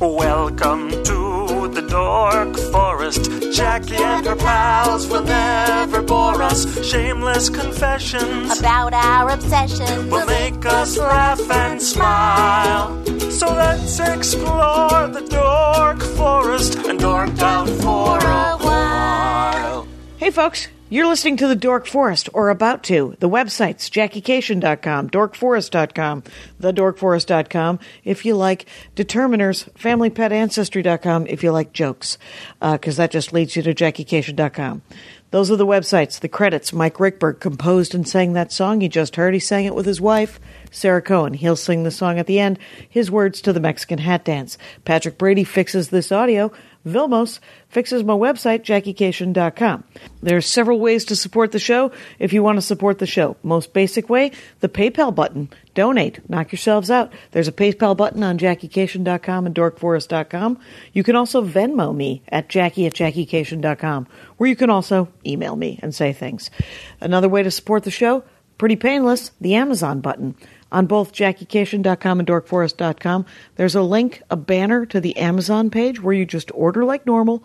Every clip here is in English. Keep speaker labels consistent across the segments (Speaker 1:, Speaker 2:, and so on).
Speaker 1: Welcome to the Dork Forest. Jackie and her pals will never bore us. Shameless confessions
Speaker 2: about our obsession.
Speaker 1: will make us laugh and smile. So let's explore the Dork Forest and dork out for a while.
Speaker 3: Hey, folks, you're listening to The Dork Forest, or about to. The websites, jackiecation.com, dorkforest.com, thedorkforest.com, if you like determiners, familypetancestry.com, if you like jokes, because that just leads you to jackiecation.com. Those are the websites, the credits. Mike Rickberg composed and sang that song you just heard. He sang it with his wife, Sarah Cohen. He'll sing the song at the end, his words to the Mexican hat dance. Patrick Brady fixes this audio. Vilmos fixes my website, jackiecation.com. There are several ways to support the show if you want to support the show. Most basic way, the PayPal button. Donate. Knock yourselves out. There's a PayPal button on jackiecation.com and dorkforest.com. You can also Venmo me at jackie at jackiecation.com, where you can also email me and say things. Another way to support the show, pretty painless, the Amazon button. On both JackieCation.com and DorkForest.com, there's a link, a banner to the Amazon page where you just order like normal.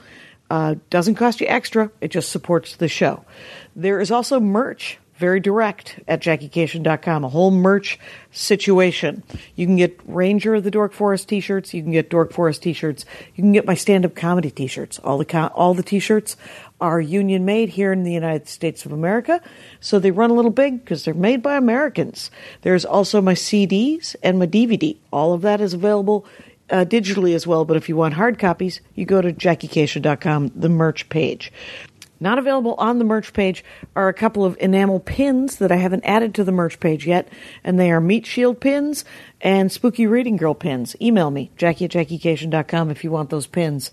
Speaker 3: Uh, doesn't cost you extra, it just supports the show. There is also merch, very direct, at JackieCation.com, a whole merch situation. You can get Ranger of the Dork Forest t shirts, you can get Dork Forest t shirts, you can get my stand up comedy t shirts. All the, co- all the t shirts are union made here in the United States of America. So they run a little big because they're made by Americans. There's also my CDs and my DVD. All of that is available uh, digitally as well. But if you want hard copies, you go to jackiecation.com, the merch page. Not available on the merch page are a couple of enamel pins that I haven't added to the merch page yet, and they are Meat Shield pins and Spooky Reading Girl pins. Email me, jackie at jackiecation.com if you want those pins.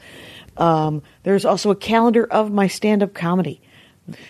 Speaker 3: Um, there's also a calendar of my stand up comedy.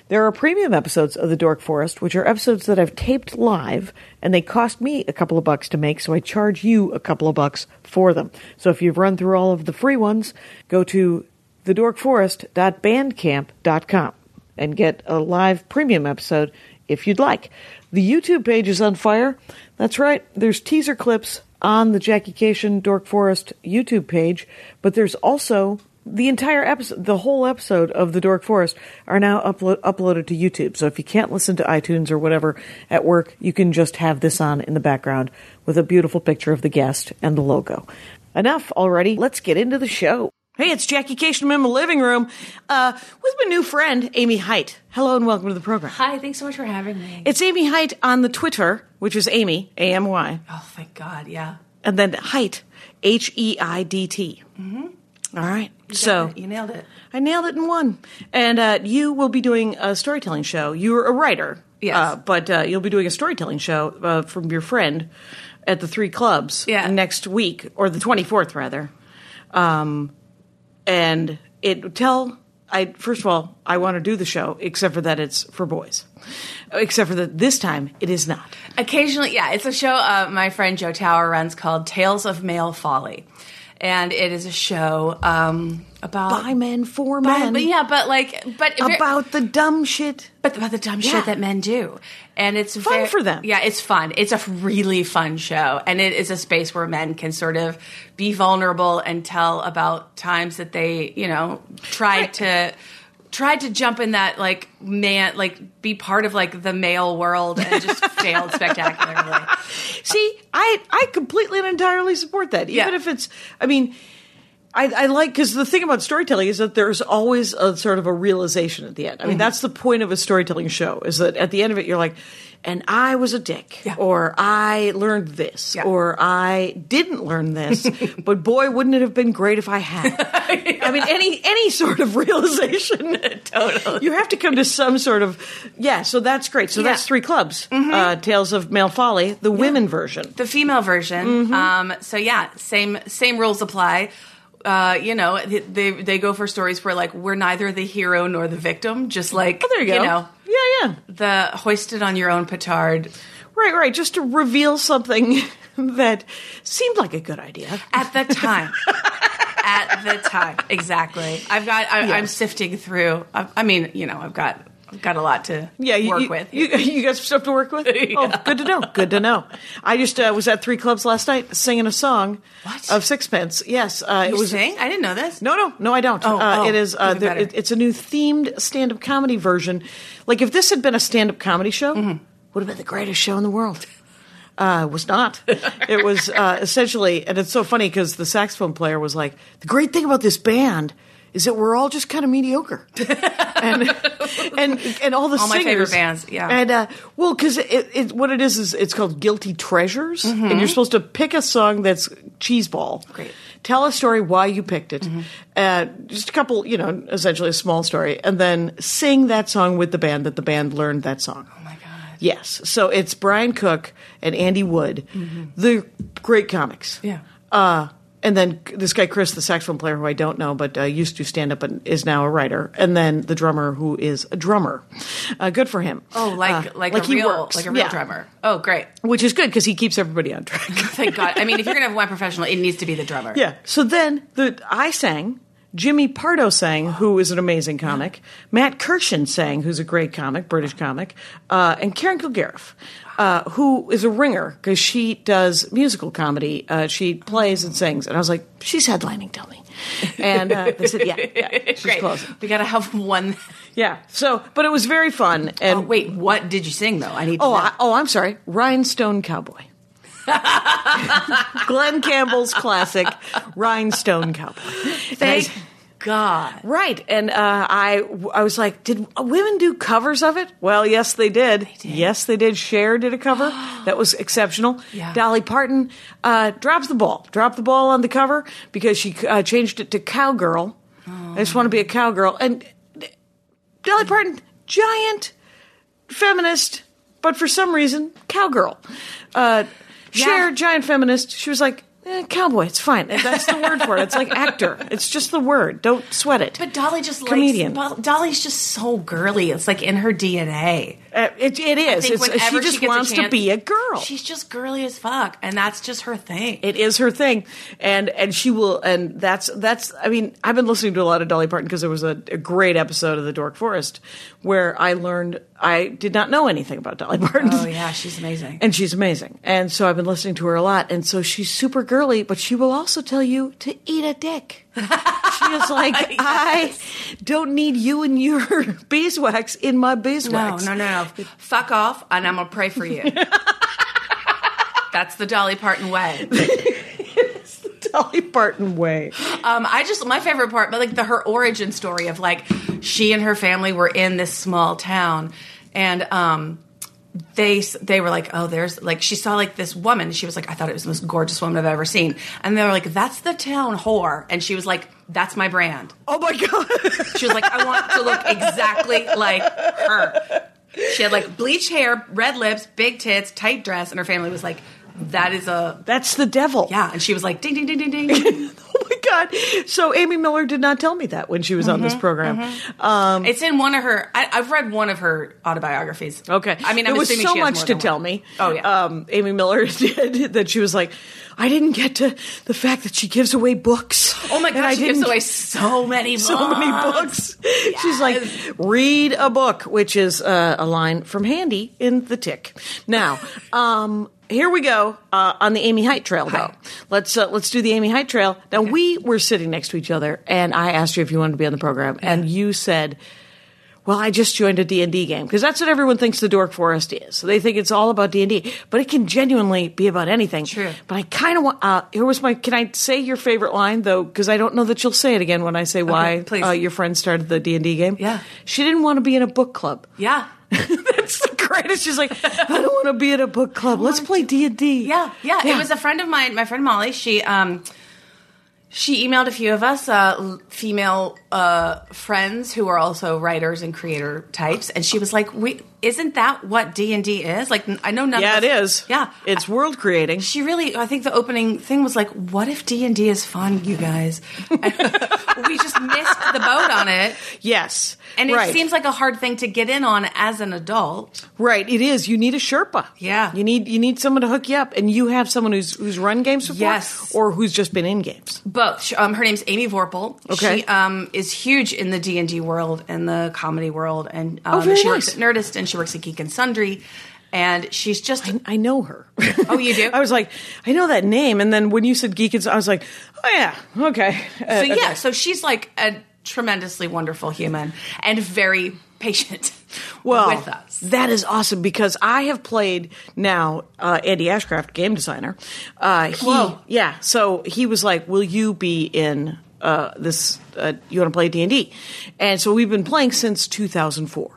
Speaker 3: There are premium episodes of The Dork Forest, which are episodes that I've taped live, and they cost me a couple of bucks to make, so I charge you a couple of bucks for them. So if you've run through all of the free ones, go to thedorkforest.bandcamp.com and get a live premium episode if you'd like. The YouTube page is on fire. That's right, there's teaser clips on the Jackie Cation Dork Forest YouTube page, but there's also the entire episode, the whole episode of The Dork Forest are now uplo- uploaded to YouTube. So if you can't listen to iTunes or whatever at work, you can just have this on in the background with a beautiful picture of the guest and the logo. Enough already. Let's get into the show. Hey, it's Jackie Cation. I'm in my living room uh, with my new friend, Amy Height. Hello and welcome to the program.
Speaker 4: Hi, thanks so much for having me.
Speaker 3: It's Amy Height on the Twitter, which is Amy, A M Y,
Speaker 4: oh, thank God, yeah.
Speaker 3: and then Height, H E I D T. All right. So
Speaker 4: Mm-hmm. You nailed it.
Speaker 3: I nailed it in one. And uh, you will be doing a storytelling show. You're a writer.
Speaker 4: Yes.
Speaker 3: Uh, but uh, you'll be doing a storytelling show uh, from your friend at the three clubs
Speaker 4: Yeah.
Speaker 3: next week, or the 24th, rather. Um, and it tell. I first of all, I want to do the show, except for that it's for boys. Except for that this time it is not.
Speaker 4: Occasionally, yeah, it's a show uh, my friend Joe Tower runs called Tales of Male Folly. And it is a show um, about.
Speaker 3: By men for
Speaker 4: By-
Speaker 3: men.
Speaker 4: But yeah, but like, but very-
Speaker 3: about the dumb shit.
Speaker 4: but about the dumb
Speaker 3: Yeah.
Speaker 4: shit that men do, and it's
Speaker 3: Fun
Speaker 4: ver-
Speaker 3: for them.
Speaker 4: Yeah, it's fun. It's a really fun show, and it is a space where men can sort of be vulnerable and tell about times that they, you know, tried to tried to jump in that like man, like be part of like the male world and just failed spectacularly.
Speaker 3: See, I I completely and entirely support that. Even
Speaker 4: Yeah.
Speaker 3: if it's, I mean, I, I like because the thing about storytelling is that there's always a sort of a realization at the end. I mean, that's the point of a storytelling show is that at the end of it, you're like, and I was a dick,
Speaker 4: Yeah.
Speaker 3: or I learned this,
Speaker 4: Yeah.
Speaker 3: or I didn't learn this, but boy, wouldn't it have been great if I had. I mean, any any sort of realization, totally. You have to come to some sort of yeah. So that's great. So
Speaker 4: Yeah.
Speaker 3: that's three clubs. Uh, Tales of Male Folly, the women version.
Speaker 4: the female version.
Speaker 3: Mm-hmm.
Speaker 4: Um, so yeah, same same rules apply. Uh, you know, th- they they go for stories where like we're neither the hero nor the victim. Just like
Speaker 3: Oh, there you go.
Speaker 4: know
Speaker 3: yeah, yeah.
Speaker 4: the hoisted on your own petard.
Speaker 3: Right, right. Just to reveal something that seemed like a good idea.
Speaker 4: at the time. at the time, exactly. I've got. I, I'm
Speaker 3: Yes.
Speaker 4: sifting through. I, I mean, you know, I've got got a lot to
Speaker 3: Yeah, you,
Speaker 4: work
Speaker 3: you-
Speaker 4: with.
Speaker 3: You, you got some stuff to work with. Oh, good to know. Good to know. I just uh, was at three clubs last night singing a song
Speaker 4: What?
Speaker 3: of Sixpence. Yes, uh, it
Speaker 4: You
Speaker 3: was
Speaker 4: sing? I didn't know this.
Speaker 3: No, no, no, I don't.
Speaker 4: Oh,
Speaker 3: uh,
Speaker 4: oh,
Speaker 3: it is. Uh,
Speaker 4: even
Speaker 3: there,
Speaker 4: better.
Speaker 3: it, it's a new themed stand-up comedy version. Like if this had been a stand-up comedy show,
Speaker 4: Mm-hmm.
Speaker 3: would have been the greatest show in the world. Uh, was not. It was uh, essentially, and it's so funny because the saxophone player was like, "The great thing about this band is that we're all just kind of mediocre," and and and all the
Speaker 4: All my
Speaker 3: singers,
Speaker 4: favorite bands, yeah.
Speaker 3: and uh, well, because it, it, what it is is it's called Guilty Treasures, and you're supposed to pick a song that's cheeseball.
Speaker 4: Mm-hmm. Great. Mm-hmm.
Speaker 3: Tell a story why you picked it. Uh, just a couple, you know, essentially a small story, and then sing that song with the band that the band learned that song.
Speaker 4: Oh my god.
Speaker 3: Yes. So it's Brian Cook and Andy Wood. They're great comics.
Speaker 4: Mm-hmm. Yeah.
Speaker 3: Uh, and then this guy Chris, the saxophone player, who I don't know, but uh, used to stand up and is now a writer, and then the drummer, who is a drummer. Uh, good for him.
Speaker 4: Oh, like
Speaker 3: Uh,
Speaker 4: like, a
Speaker 3: he
Speaker 4: real
Speaker 3: works.
Speaker 4: like a real
Speaker 3: Yeah.
Speaker 4: drummer. Oh, great.
Speaker 3: which is good because he keeps everybody on track.
Speaker 4: Thank God. I mean, if you're gonna have one professional, it needs to be the drummer.
Speaker 3: Yeah. So then the I sang. Jimmy Pardo sang, who is an amazing comic. Matt Kirshen sang, who's a great comic, British comic, uh, and Karen Kilgariff, uh, who is a ringer because she does musical comedy. Uh, she plays and sings, and I was like, she's headlining. Tell me, and uh, they said, yeah, yeah she's
Speaker 4: Great.
Speaker 3: close.
Speaker 4: We gotta have one.
Speaker 3: Yeah. So, but it was very fun. And
Speaker 4: Oh, wait, what did you sing though? I need. To
Speaker 3: Oh,
Speaker 4: know.
Speaker 3: I, oh, I'm sorry. Rhinestone Cowboy. Glenn Campbell's classic, Rhinestone Cowboy. And I-
Speaker 4: thank God.
Speaker 3: Right, and uh, I I was like, did women do covers of it? Well, yes, they did. Yes, they did. Cher did a cover that was exceptional.
Speaker 4: Yeah.
Speaker 3: Dolly Parton uh, dropped the ball, dropped the ball on the cover because she uh, changed it to cowgirl. I just want to be a cowgirl, and Dolly Parton, giant feminist, but for some reason, cowgirl. Uh, Cher, giant feminist. She was like. eh, cowboy, it's fine. That's the word for it. It's like actor. It's just the word. Don't sweat it.
Speaker 4: But Dolly just
Speaker 3: Comedian.
Speaker 4: likes. Well, Dolly's just so girly. It's like in her DNA.
Speaker 3: Uh, it, it is.
Speaker 4: think
Speaker 3: It's, she
Speaker 4: whenever
Speaker 3: just
Speaker 4: gets a
Speaker 3: wants to
Speaker 4: chance-
Speaker 3: be a girl.
Speaker 4: She's just girly as fuck, and that's just her thing.
Speaker 3: it is her thing, and and she will. And that's that's. I mean, I've been listening to a lot of Dolly Parton because there was a, a great episode of The Dork Forest where I learned I did not know anything about Dolly Parton.
Speaker 4: oh yeah, she's amazing.
Speaker 3: And she's amazing. And so I've been listening to her a lot. And so she's super girly, but she will also tell you to eat a dick. she is like, I don't need you and your beeswax in my
Speaker 4: no,
Speaker 3: beeswax.
Speaker 4: no, no, no. Fuck off, and I'm gonna pray for you. That's the Dolly Parton way.
Speaker 3: Dolly Parton way.
Speaker 4: Um, I just my favorite part, but like the her origin story of like she and her family were in this small town, and um, they they were like, oh, there's like she saw like this woman. She was like, I thought it was the most gorgeous woman I've ever seen, and they were like, that's the town whore, and she was like, that's my brand.
Speaker 3: Oh my God.
Speaker 4: She was like, I want to look exactly like her. She had like bleach hair, red lips, big tits, tight dress, and her family was like, that is a
Speaker 3: That's the devil.
Speaker 4: yeah, and she was like, ding ding ding ding ding.
Speaker 3: Oh my God. So Amy Miller did not tell me that when she was on
Speaker 4: Mm-hmm,
Speaker 3: this program. Um,
Speaker 4: It's in one of her. I, I've read one of her autobiographies.
Speaker 3: okay.
Speaker 4: I mean, I'm
Speaker 3: there was
Speaker 4: assuming
Speaker 3: so
Speaker 4: she has
Speaker 3: much
Speaker 4: more
Speaker 3: to
Speaker 4: than
Speaker 3: tell
Speaker 4: one.
Speaker 3: me.
Speaker 4: Oh yeah.
Speaker 3: Um, Amy Miller did that. She was like, I didn't get to the fact that she gives away books.
Speaker 4: oh my
Speaker 3: And
Speaker 4: god,
Speaker 3: I
Speaker 4: she gives
Speaker 3: didn't
Speaker 4: away so many books.
Speaker 3: so many books. She's like, read a book, which is uh, a line from Handy in The Tick. Now, um, here we go uh, on the Amy Height Trail, though.
Speaker 4: Hi.
Speaker 3: Let's uh, let's do the Amy Height Trail. Now, we were sitting next to each other, and I asked you if you wanted to be on the program, and you said. Well, I just joined a D&D game because that's what everyone thinks the Dork Forest is. So they think it's all about D&D, but it can genuinely be about anything.
Speaker 4: True.
Speaker 3: But I kind of want uh, here was my can I say your favorite line though because I don't know that you'll say it again when I say why
Speaker 4: please.
Speaker 3: Uh, your friend started the D&D game.
Speaker 4: Yeah.
Speaker 3: She didn't want to be in a book club.
Speaker 4: Yeah.
Speaker 3: That's the greatest. She's like, I don't want to be in a book club. Let's play D&D.
Speaker 4: Yeah, yeah, It was a friend of mine, my friend Molly. She um, she emailed a few of us, uh, l- female uh, friends who are also writers and creator types, and she was like, "We isn't that what D&D is? Like n- I know none
Speaker 3: Yeah,
Speaker 4: of
Speaker 3: it
Speaker 4: us-
Speaker 3: is.
Speaker 4: Yeah.
Speaker 3: It's world creating.
Speaker 4: she really i think the opening thing was like what if d&d is fun you guys we just missed the boat on it
Speaker 3: Yes.
Speaker 4: and it
Speaker 3: right.
Speaker 4: seems like a hard thing to get in on as an adult
Speaker 3: Right, it is. You need a Sherpa.
Speaker 4: Yeah.
Speaker 3: You need you need someone to hook you up and you have someone who's who's run games before
Speaker 4: Yes.
Speaker 3: or who's just been in games.
Speaker 4: both She- um, her name's amy vorpal
Speaker 3: Okay.
Speaker 4: she um, is huge in the d&d world and the comedy world and um,
Speaker 3: very
Speaker 4: she
Speaker 3: nice.
Speaker 4: works at nerdist and she works at geek and sundry and she's just
Speaker 3: I know her.
Speaker 4: oh you do
Speaker 3: I was like, I know that name and then when you said geek and I was like, oh yeah, okay. Uh,
Speaker 4: so yeah, so she's like a tremendously wonderful human and very patient
Speaker 3: well,
Speaker 4: with us.
Speaker 3: That is awesome because I have played now uh, Andy Ashcraft, game designer. Uh, he,
Speaker 4: Whoa.
Speaker 3: yeah, so he was like, "Will you be in uh, this? Uh, you want to play D and D?" And so we've been playing since 2004,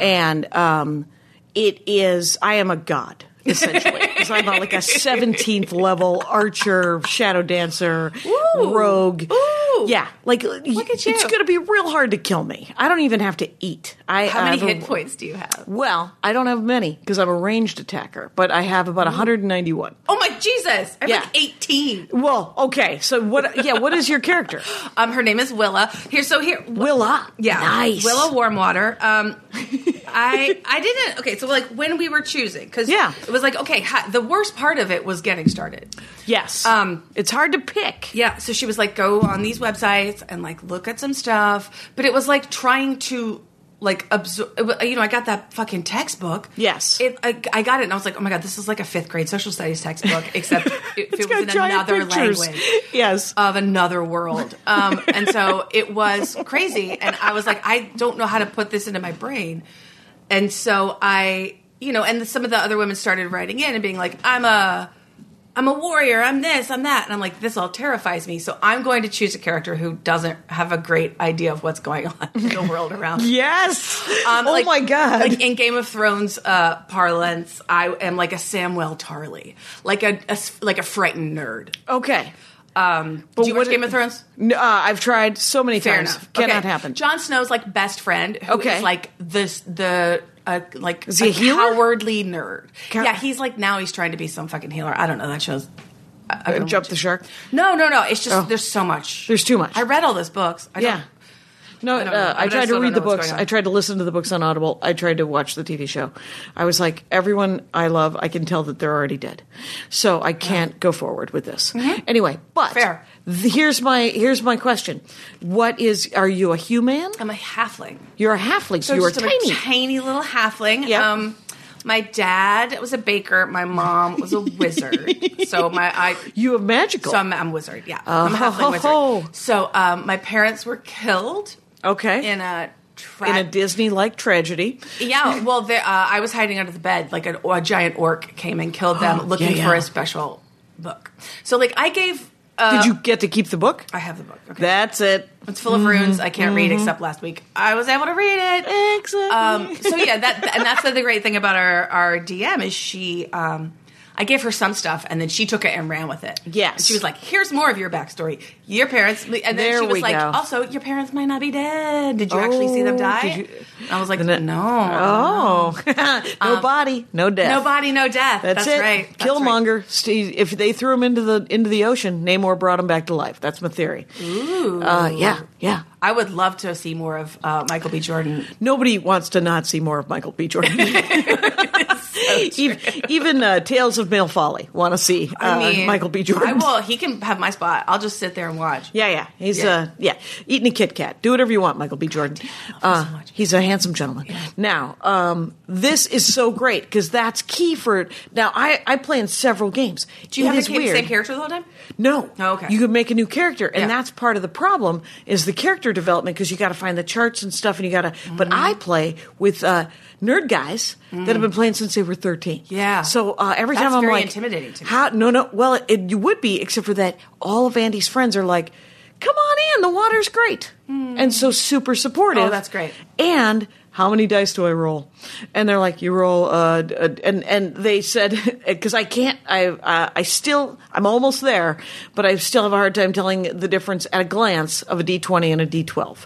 Speaker 3: and um, it is. I am a god. Essentially, 'Cause I'm a- like a 17th level archer, shadow dancer,
Speaker 4: Ooh.
Speaker 3: rogue.
Speaker 4: Ooh.
Speaker 3: Yeah, like
Speaker 4: at
Speaker 3: it's
Speaker 4: you.
Speaker 3: going to be real hard to kill me. I don't even have to eat. I
Speaker 4: How many
Speaker 3: I
Speaker 4: hit
Speaker 3: have a-
Speaker 4: points do you have?
Speaker 3: Well, I don't have many because I'm a ranged attacker, but I have about 191.
Speaker 4: Oh my Jesus! I'm
Speaker 3: Yeah.
Speaker 4: like 18.
Speaker 3: Well, okay. So what? Yeah, what is your character?
Speaker 4: Um, her name is Willa. Here, so here,
Speaker 3: Willa.
Speaker 4: yeah,
Speaker 3: Nice.
Speaker 4: Willa Warmwater. Um, I I didn't. Okay, so like when we were choosing, because
Speaker 3: Yeah.
Speaker 4: it was like okay, hi, the worst part of it was getting started.
Speaker 3: Yes.
Speaker 4: Um,
Speaker 3: it's hard to pick.
Speaker 4: Yeah, so she was like, go on these websites and like look at some stuff. But it was like trying to like absorb. You know, I got that fucking textbook.
Speaker 3: Yes.
Speaker 4: it, I, I got it, and I was like, oh my god, this is like a fifth grade social studies textbook, except if
Speaker 3: It's
Speaker 4: it
Speaker 3: got
Speaker 4: was in
Speaker 3: giant
Speaker 4: another
Speaker 3: pictures.
Speaker 4: language Um,
Speaker 3: Yes.
Speaker 4: of another world. Um, and so it was crazy. And I was like, I don't know how to put this into my brain. And so I, you know, and some of the other women started writing in and being like, I'm a. I'm a warrior. I'm this. I'm that. And I'm like, this all terrifies me. So I'm going to choose a character who doesn't have a great idea of what's going on in the world around. them.
Speaker 3: yes.
Speaker 4: Um,
Speaker 3: oh
Speaker 4: like-
Speaker 3: my god.
Speaker 4: Like in Game of Thrones uh, parlance, I am like a Samwell Tarly, like a, a s- like a frightened nerd.
Speaker 3: okay.
Speaker 4: Um, do you watch
Speaker 3: what-
Speaker 4: Game of Thrones?
Speaker 3: No, uh, I've tried so many
Speaker 4: Fair
Speaker 3: times.
Speaker 4: enough.
Speaker 3: Cannot
Speaker 4: Okay.
Speaker 3: happen.
Speaker 4: Jon Snow's like best friend, who is
Speaker 3: Okay.
Speaker 4: like this the uh, like
Speaker 3: he a healer?
Speaker 4: cowardly nerd.
Speaker 3: Cow-
Speaker 4: yeah, he's like now he's trying to be some fucking healer. I don't know. That shows. I- I don't
Speaker 3: Uh, Jump
Speaker 4: watch
Speaker 3: the
Speaker 4: it.
Speaker 3: shark.
Speaker 4: No, no, no. It's just
Speaker 3: Oh.
Speaker 4: there's so much.
Speaker 3: There's too much.
Speaker 4: I read all those books. I
Speaker 3: Yeah.
Speaker 4: Don't,
Speaker 3: No,
Speaker 4: I don't know.
Speaker 3: uh,
Speaker 4: I
Speaker 3: I
Speaker 4: mean, I
Speaker 3: tried
Speaker 4: still
Speaker 3: to
Speaker 4: don't
Speaker 3: read
Speaker 4: know
Speaker 3: the
Speaker 4: what's
Speaker 3: books.
Speaker 4: going on.
Speaker 3: I tried to listen to the books on Audible. I tried to watch the TV show. I was like, everyone I love, I can tell that they're already dead, so I can't go forward with this. Anyway, but
Speaker 4: Mm-hmm. Fair.
Speaker 3: th- here's my here's my question: What is? Are you a human?
Speaker 4: I'm a halfling.
Speaker 3: You're a halfling. So you are
Speaker 4: just
Speaker 3: tiny.
Speaker 4: a tiny little halfling.
Speaker 3: Yep.
Speaker 4: Um, my dad was a baker. My mom was a wizard. so my I
Speaker 3: you have magical.
Speaker 4: So I'm, I'm wizard. Yeah, I'm a halfling
Speaker 3: Oh.
Speaker 4: wizard. So um, my parents were killed
Speaker 3: okay.
Speaker 4: in a tra-
Speaker 3: In a Disney-like tragedy.
Speaker 4: yeah. Well, they, uh, I was hiding under the bed. Like an, a giant orc came and killed them, looking
Speaker 3: yeah.
Speaker 4: for a special book. So like I gave. Uh,
Speaker 3: Did you get to keep the book?
Speaker 4: I have the book. Okay.
Speaker 3: That's it.
Speaker 4: it's full of runes. I can't
Speaker 3: Mm-hmm.
Speaker 4: read except last week. I was able to read it.
Speaker 3: Exactly.
Speaker 4: Um, so yeah, that and that's the other great thing about our our DM is she. Um, I gave her some stuff, and then she took it and ran with it.
Speaker 3: Yes.
Speaker 4: And she was like, "Here's more of your backstory. Your parents." And then
Speaker 3: There
Speaker 4: she was
Speaker 3: we
Speaker 4: like,
Speaker 3: go.
Speaker 4: "Also, your parents might not be dead. Did you actually see them
Speaker 3: Oh,
Speaker 4: die?"
Speaker 3: did you-
Speaker 4: And I was like,
Speaker 3: And it-
Speaker 4: "No.
Speaker 3: Oh, no body, no death.
Speaker 4: um, No body, no death.
Speaker 3: That's,
Speaker 4: That's,
Speaker 3: it.
Speaker 4: right. That's right.
Speaker 3: Killmonger. Steve, if they threw him into the into the ocean, Namor brought him back to life. That's my theory. Ooh. Uh, yeah, yeah.
Speaker 4: I would love to see more of uh, Michael B. Jordan.
Speaker 3: Nobody wants to not see more of Michael B. Jordan. even even uh, Tales of Male Folly want to see uh,
Speaker 4: I mean,
Speaker 3: Michael B. Jordan.
Speaker 4: I will. He can have my spot. I'll just sit there and watch.
Speaker 3: Yeah, yeah. He's
Speaker 4: Yeah.
Speaker 3: uh yeah, eating a Kit Kat. Do whatever you want, Michael B. Jordan.
Speaker 4: so
Speaker 3: Uh,
Speaker 4: much.
Speaker 3: he's a handsome gentleman. Now, um, this is so great because that's key for. Now, I I play in several games.
Speaker 4: Do you
Speaker 3: It
Speaker 4: have
Speaker 3: is
Speaker 4: the ca-
Speaker 3: weird.
Speaker 4: same character the whole time?
Speaker 3: No.
Speaker 4: Oh, okay.
Speaker 3: You could make a new character, and
Speaker 4: Yeah.
Speaker 3: that's part of the problem is the character development because you got to find the charts and stuff, and you got to. But
Speaker 4: Mm-hmm.
Speaker 3: I play with uh, nerd guys that have been playing since they were thirteen.
Speaker 4: Mm. Yeah.
Speaker 3: So uh, every
Speaker 4: That's
Speaker 3: time I'm
Speaker 4: very
Speaker 3: like,
Speaker 4: intimidating to me.
Speaker 3: How? No, no. Well, it, you would be, except for that all of Andy's friends are like. come on in. The water's great. And so super supportive.
Speaker 4: Hmm. Oh, that's great.
Speaker 3: And how many dice do I roll? And they're like, you roll, uh, d- uh, and and they said because I can't, I uh, I still, I'm almost there, but I still have a hard time telling the difference at a glance of a D20 and a D12.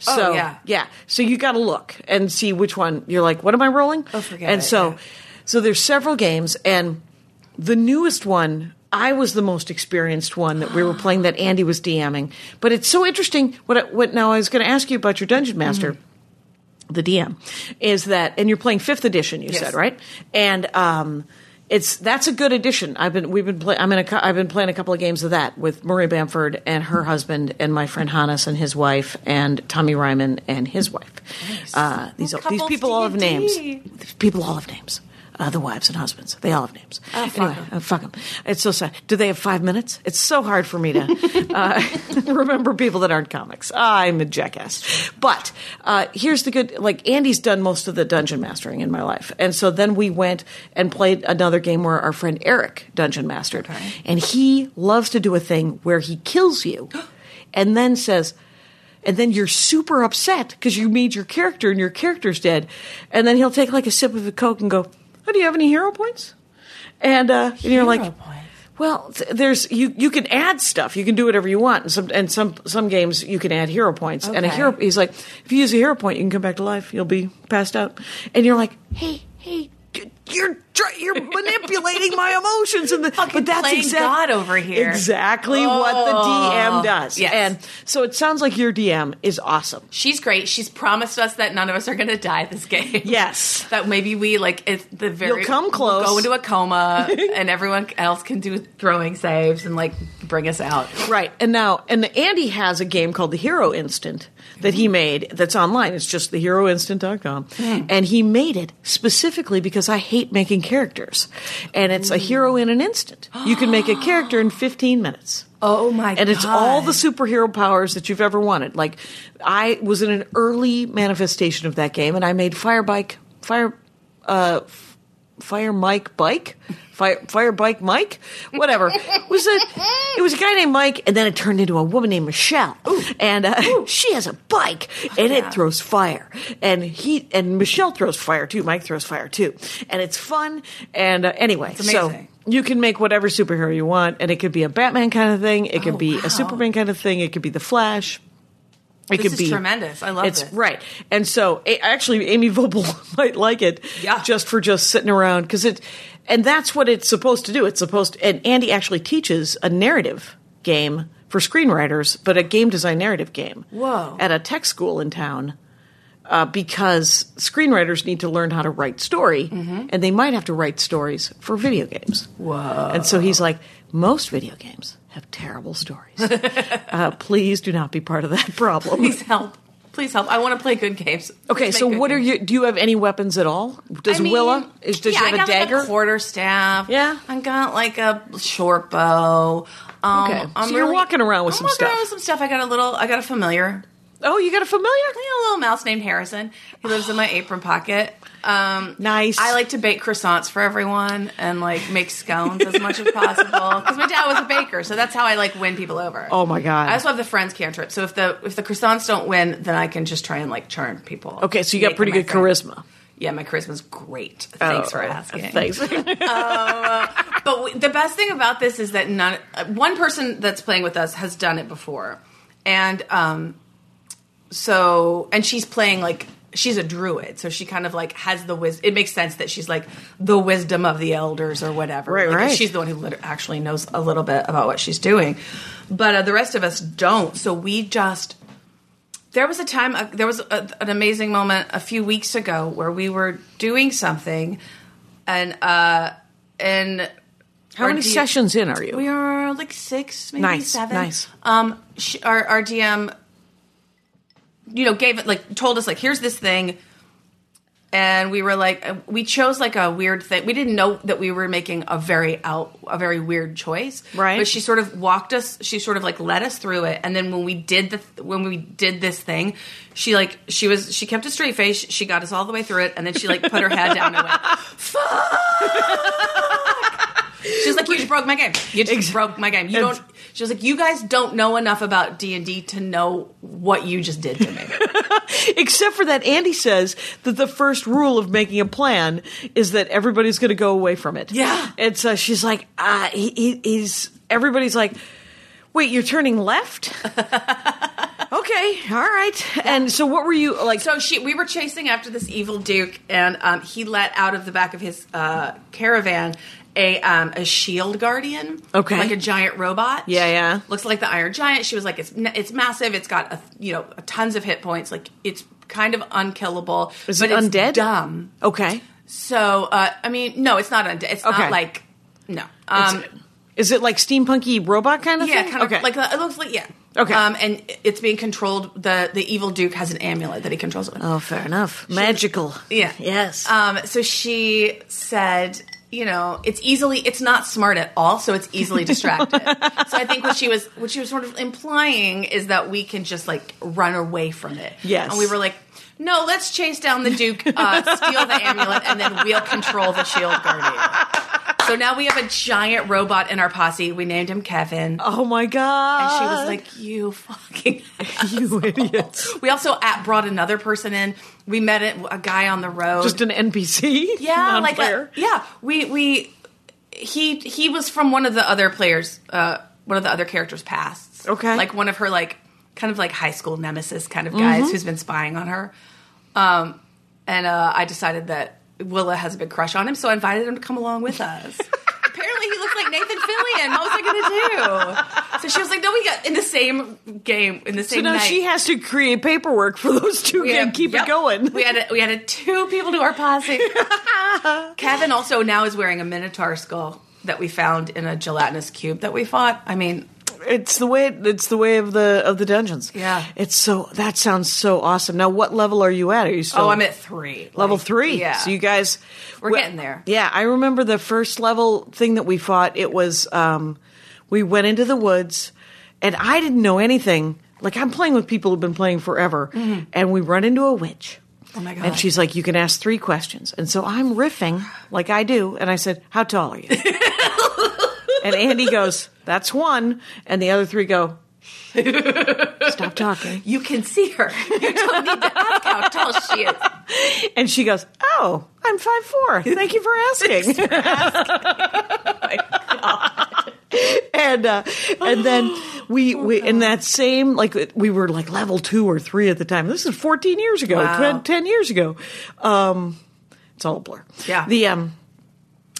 Speaker 3: So
Speaker 4: Oh, yeah.
Speaker 3: so you got to look and see which one you're like. What am I rolling?
Speaker 4: Oh, forget
Speaker 3: and
Speaker 4: it,
Speaker 3: so,
Speaker 4: yeah.
Speaker 3: so there's several games, and the newest one, I was the most experienced one that we were playing that Andy was DMing. But it's so interesting. What I, what now? I was going to ask you about your dungeon master.
Speaker 4: Mm-hmm.
Speaker 3: The DM is that, and you're playing fifth edition. You
Speaker 4: Yes.
Speaker 3: said right, and um, it's that's a good addition. I've been we've been play, I'm in a cou- I've been playing a couple of games of that with Maria Bamford and her husband and my friend Hannes and his wife and Tommy Ryman and his wife. Uh, these
Speaker 4: Well,
Speaker 3: are- these
Speaker 4: couples
Speaker 3: people all have
Speaker 4: D&D.
Speaker 3: names. These people all have names. Uh, the wives and husbands. They all have names.
Speaker 4: Oh, fuck 'em.
Speaker 3: uh, fuck 'em. It's so sad. Do they have five minutes? It's so hard for me to uh, remember people that aren't comics. I'm a jackass. But uh, here's the good like, Andy's done most of the dungeon mastering in my life. And so then we went and played another game where our friend Eric dungeon mastered. And he loves to do a thing where he kills you and then says, and then you're super upset because you made your character and your character's dead. And then he'll take like a sip of a Coke and go, Oh, do you have any hero points? And, uh, and you're like,
Speaker 4: points.
Speaker 3: Well, th- there's you. You can add stuff. You can do whatever you want. And some and some some games you can add hero points. And a
Speaker 4: Okay.
Speaker 3: hero, he's like, if you use a hero point, you can come back to life. You'll be passed out. And you're like, hey, hey, d- you're try- you're manipulating my emotions. And the,
Speaker 4: Fucking
Speaker 3: but that's
Speaker 4: playing
Speaker 3: exact-
Speaker 4: God over here. Oh,
Speaker 3: Exactly what the DM does.
Speaker 4: Yes.
Speaker 3: And so it sounds like your DM is awesome.
Speaker 4: She's great. She's promised us that none of us are going to die this game.
Speaker 3: Yes.
Speaker 4: That maybe we like it's the very
Speaker 3: You'll come close.
Speaker 4: go into a coma, and everyone else can do throwing saves and like bring us out.
Speaker 3: Right. And now, and Andy has a game called the Hero Instant that he made that's online. It's just theheroinstant.com. And he made it specifically because I hate making characters. And it's a hero in an instant. You can make a character in 15 minutes.
Speaker 4: Oh my
Speaker 3: And it's all the
Speaker 4: God.
Speaker 3: superhero powers that you've ever wanted. Like, I was in an early manifestation of that game, and I made Firebike, Fire, uh, f- Fire Mike Bike, Fire, Fire Bike Mike, whatever. It was a, it was a guy named Mike, and then it turned into a woman named Michelle, and uh, she has a bike, and
Speaker 4: yeah.
Speaker 3: it throws fire, and he and Michelle throws fire too, Mike throws fire too, and it's fun. And uh, anyway, so
Speaker 4: amazing.
Speaker 3: you can make whatever superhero you want, and it could be a Batman kind of thing, it could
Speaker 4: Oh,
Speaker 3: be
Speaker 4: wow.
Speaker 3: a Superman kind of thing, it could be the Flash. It
Speaker 4: This
Speaker 3: could
Speaker 4: is
Speaker 3: be
Speaker 4: tremendous. I love
Speaker 3: it's
Speaker 4: this.
Speaker 3: right, and so a- actually, Amy Vogel might like it,
Speaker 4: Yeah.
Speaker 3: just for just sitting around because it, and that's what it's supposed to do. It's supposed, and Andy actually teaches a narrative game for screenwriters, but a game design narrative game.
Speaker 4: Whoa.
Speaker 3: At a tech school in town, uh, because screenwriters need to learn how to write story,
Speaker 4: Mm-hmm.
Speaker 3: and they might have to write stories for video games. Whoa! And so he's like, most video games have terrible stories. uh, please do not be part of that problem.
Speaker 4: Please help. Please help. I want to play good games.
Speaker 3: Okay,
Speaker 4: Let's
Speaker 3: so
Speaker 4: make good
Speaker 3: what are
Speaker 4: games.
Speaker 3: you? Do you have any weapons at all? Does
Speaker 4: I mean,
Speaker 3: Willa? Is, does
Speaker 4: yeah,
Speaker 3: she have
Speaker 4: I got
Speaker 3: a dagger?
Speaker 4: Like a quarter staff.
Speaker 3: Yeah.
Speaker 4: I got like a short bow. Um,
Speaker 3: Okay.
Speaker 4: I'm
Speaker 3: So you're
Speaker 4: really-
Speaker 3: walking around with
Speaker 4: I'm
Speaker 3: some
Speaker 4: walking around
Speaker 3: stuff.
Speaker 4: with some stuff. I got a little. I got a familiar.
Speaker 3: oh, you got a familiar?
Speaker 4: I got a little mouse named Harrison. He lives in my apron pocket. Um,
Speaker 3: Nice.
Speaker 4: I like to bake croissants for everyone and like make scones as much as possible because my dad was a baker, so that's how I like win people over.
Speaker 3: Oh my god.
Speaker 4: I also have the friends cantrip, so if the if the croissants don't win, then I can just try and like charm people.
Speaker 3: okay, so you got
Speaker 4: Make
Speaker 3: pretty
Speaker 4: them my
Speaker 3: good
Speaker 4: friends.
Speaker 3: charisma.
Speaker 4: Yeah, my charisma's great. Thanks for
Speaker 3: Oh,
Speaker 4: asking.
Speaker 3: Thanks.
Speaker 4: But w- the best thing about this is that none, uh, one person that's playing with us has done it before, and um, so and she's playing like she's a druid, so she kind of like has the wis. It makes sense that she's like the wisdom of the elders or whatever.
Speaker 3: Right,
Speaker 4: Like,
Speaker 3: right.
Speaker 4: She's the one who lit- actually knows a little bit about what she's doing, but uh, the rest of us don't. So we just there was a time uh, there was a, an amazing moment a few weeks ago where we were doing something and uh and
Speaker 3: How many
Speaker 4: sessions?
Speaker 3: sessions in are
Speaker 4: We
Speaker 3: you?
Speaker 4: are like six, maybe
Speaker 3: Nice,
Speaker 4: seven.
Speaker 3: nice.
Speaker 4: Um, sh our our DM, you know, gave it like told us like here's this thing, and we were like uh, we chose like a weird thing. We didn't know that we were making a very out a very weird choice,
Speaker 3: Right.
Speaker 4: But she sort of walked us. She sort of like led us through it, and then when we did the th- when we did this thing, she like she was she kept a straight face. She got us all the way through it, and then she like put her head down and went. She's like, you just broke my game. You just broke my game. You don't. She was like, you guys don't know enough about D and D to know what you just did to me.
Speaker 3: Except for that, Andy says that the first rule of making a plan is that everybody's going to go away from it.
Speaker 4: Yeah.
Speaker 3: And so she's like, uh, he, he, he's, everybody's like, wait, you're turning left? okay, all right. And so what were you like?
Speaker 4: so she, we were chasing after this evil duke, and um, he let out of the back of his uh, caravan a um, a shield guardian.
Speaker 3: Okay.
Speaker 4: like a giant robot.
Speaker 3: Yeah, yeah.
Speaker 4: Looks like the Iron Giant. She was like, it's n- it's massive. It's got a, you know tons of hit points. Like it's kind of unkillable.
Speaker 3: Is
Speaker 4: but
Speaker 3: it
Speaker 4: it's
Speaker 3: undead?
Speaker 4: Dumb.
Speaker 3: okay.
Speaker 4: So, uh, I mean, no, it's not undead. It's
Speaker 3: Okay.
Speaker 4: not like no. Um,
Speaker 3: Is it like steampunky robot kind of
Speaker 4: yeah,
Speaker 3: thing?
Speaker 4: kind of
Speaker 3: okay.
Speaker 4: like it looks like yeah.
Speaker 3: Okay.
Speaker 4: Um, and it's being controlled. The the evil duke has an amulet that he controls it with.
Speaker 3: Oh, fair enough. Magical.
Speaker 4: Yeah.
Speaker 3: Yes.
Speaker 4: Um, so she said, you know, it's easily, it's not smart at all, so it's easily distracted. so I think what she was, what she was sort of implying is that we can just like run away from it.
Speaker 3: Yes.
Speaker 4: And we were like, no, let's chase down the Duke, uh, steal the amulet, and then we'll control the shield guardian. So now we have a giant robot in our posse. We named him Kevin.
Speaker 3: oh my god.
Speaker 4: And she
Speaker 3: Uh.
Speaker 4: was like, "You fucking
Speaker 3: you idiots.
Speaker 4: We also at, brought another person in. We met a, a guy on the road.
Speaker 3: Just an NPC.
Speaker 4: yeah, like
Speaker 3: Non-player?
Speaker 4: a, yeah. We we he he was from one of the other players, uh, one of the other characters' pasts.
Speaker 3: Okay.
Speaker 4: like one of her like kind of like high school nemesis kind of guys
Speaker 3: Mm-hmm.
Speaker 4: who's been spying on her. Um, and uh, I decided that Willa has a big crush on him, so I invited him to come along with us. Apparently, he looked like Nathan Fillion. What was I going to do? So she was like, "No, we got in the same game in the
Speaker 3: So
Speaker 4: same."
Speaker 3: now
Speaker 4: night.
Speaker 3: she has to create paperwork for those two
Speaker 4: We
Speaker 3: to
Speaker 4: had-
Speaker 3: keep
Speaker 4: yep.
Speaker 3: it going.
Speaker 4: We had a, we had a two people to our posse. Kevin also now is wearing a minotaur skull that we found in a gelatinous cube that we fought. I mean,
Speaker 3: It's the way it's the way of the of the dungeons.
Speaker 4: Yeah.
Speaker 3: It's so that sounds so awesome. Now what level are you at? Are you still
Speaker 4: oh, I'm at three.
Speaker 3: level
Speaker 4: Like,
Speaker 3: three.
Speaker 4: Yeah.
Speaker 3: So you guys
Speaker 4: We're
Speaker 3: Well,
Speaker 4: getting there.
Speaker 3: Yeah, I remember the first level thing that we fought, it was um we went into the woods and I didn't know anything. Like I'm playing with people who've been playing forever and we run into a witch.
Speaker 4: Mm-hmm. Oh my God.
Speaker 3: And she's like, You can ask three questions. And so I'm riffing like I do, and I said, How tall are you? and Andy goes, That's one and the other three go, "Shh, Stop talking.
Speaker 4: you can see her. You don't need to ask how tall she is.
Speaker 3: And she goes, Oh, I'm five four. Thank you for asking. and uh, and then we,
Speaker 4: Oh,
Speaker 3: we in that same like we were like level two or three at the time. This is fourteen years ago,
Speaker 4: Wow.
Speaker 3: 10, 10 years ago. Um, it's all a blur.
Speaker 4: Yeah.
Speaker 3: The um,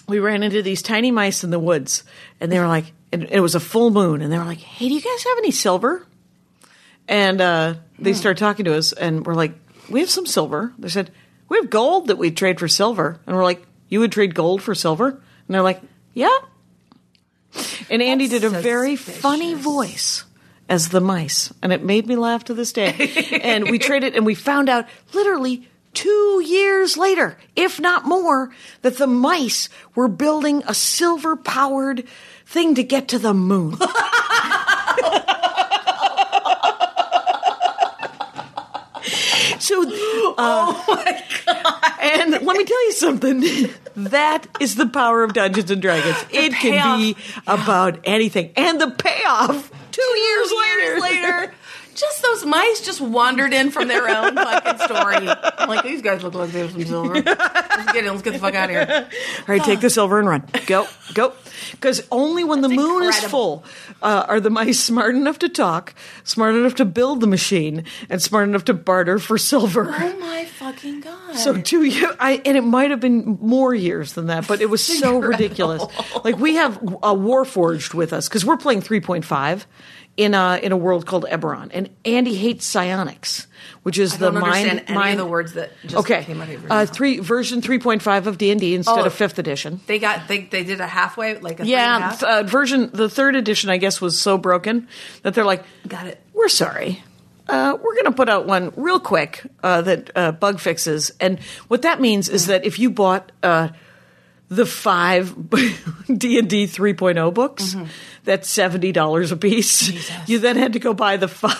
Speaker 3: we ran into these tiny mice in the woods, and they were like, and it was a full moon, and they were like, "Hey, do you guys have any silver?" And uh, they
Speaker 4: Hmm.
Speaker 3: started talking to us, and we're like, "We have some silver." They said, "We have gold that we trade for silver," and we're like, "You would trade gold for silver?" And they're like, "Yeah." And Andy
Speaker 4: That's
Speaker 3: did a very
Speaker 4: suspicious.
Speaker 3: funny voice as the mice, and it made me laugh to this day. and we traded, and we found out literally two years later, if not more, that the mice were building a silver powered thing to get to the moon. So, uh,
Speaker 4: Oh
Speaker 3: and let me tell you something. that is the power of Dungeons and Dragons. it
Speaker 4: payoff.
Speaker 3: can be about anything, and the payoff two, years, later.
Speaker 4: Years later, just those mice just wandered in from their own fucking story. I'm like, these guys look like they have some silver. Let's get in. Let's get the fuck out of here.
Speaker 3: All right, take the silver and run. Go, go. Because only when the
Speaker 4: That's
Speaker 3: moon is
Speaker 4: incredible.
Speaker 3: full uh, are the mice smart enough to talk, smart enough to build the machine, and smart enough to barter for silver.
Speaker 4: Oh my fucking god.
Speaker 3: So two years, I, and it might have been more years than that, but it was so ridiculous. Like we have a Warforged with us because we're playing three point five in a in a world called Eberron, and Andy hates psionics, which is
Speaker 4: I don't
Speaker 3: the mind.
Speaker 4: understand any
Speaker 3: mind-
Speaker 4: of the words that just
Speaker 3: okay,
Speaker 4: came out of your
Speaker 3: uh,
Speaker 4: mouth.
Speaker 3: three version three point five of D anD D instead
Speaker 4: Oh.
Speaker 3: of fifth edition.
Speaker 4: They got they they did a halfway like a
Speaker 3: Yeah,
Speaker 4: yeah.
Speaker 3: th- uh, version the third edition, I guess, was so broken that they're like,
Speaker 4: Got it.
Speaker 3: We're sorry. Uh, we're going to put out one real quick uh, that uh, bug fixes, and what that means is that if you bought uh, the five D and D 3.0 books,
Speaker 4: Mm-hmm.
Speaker 3: that's seventy dollars a piece. You then had to go buy the five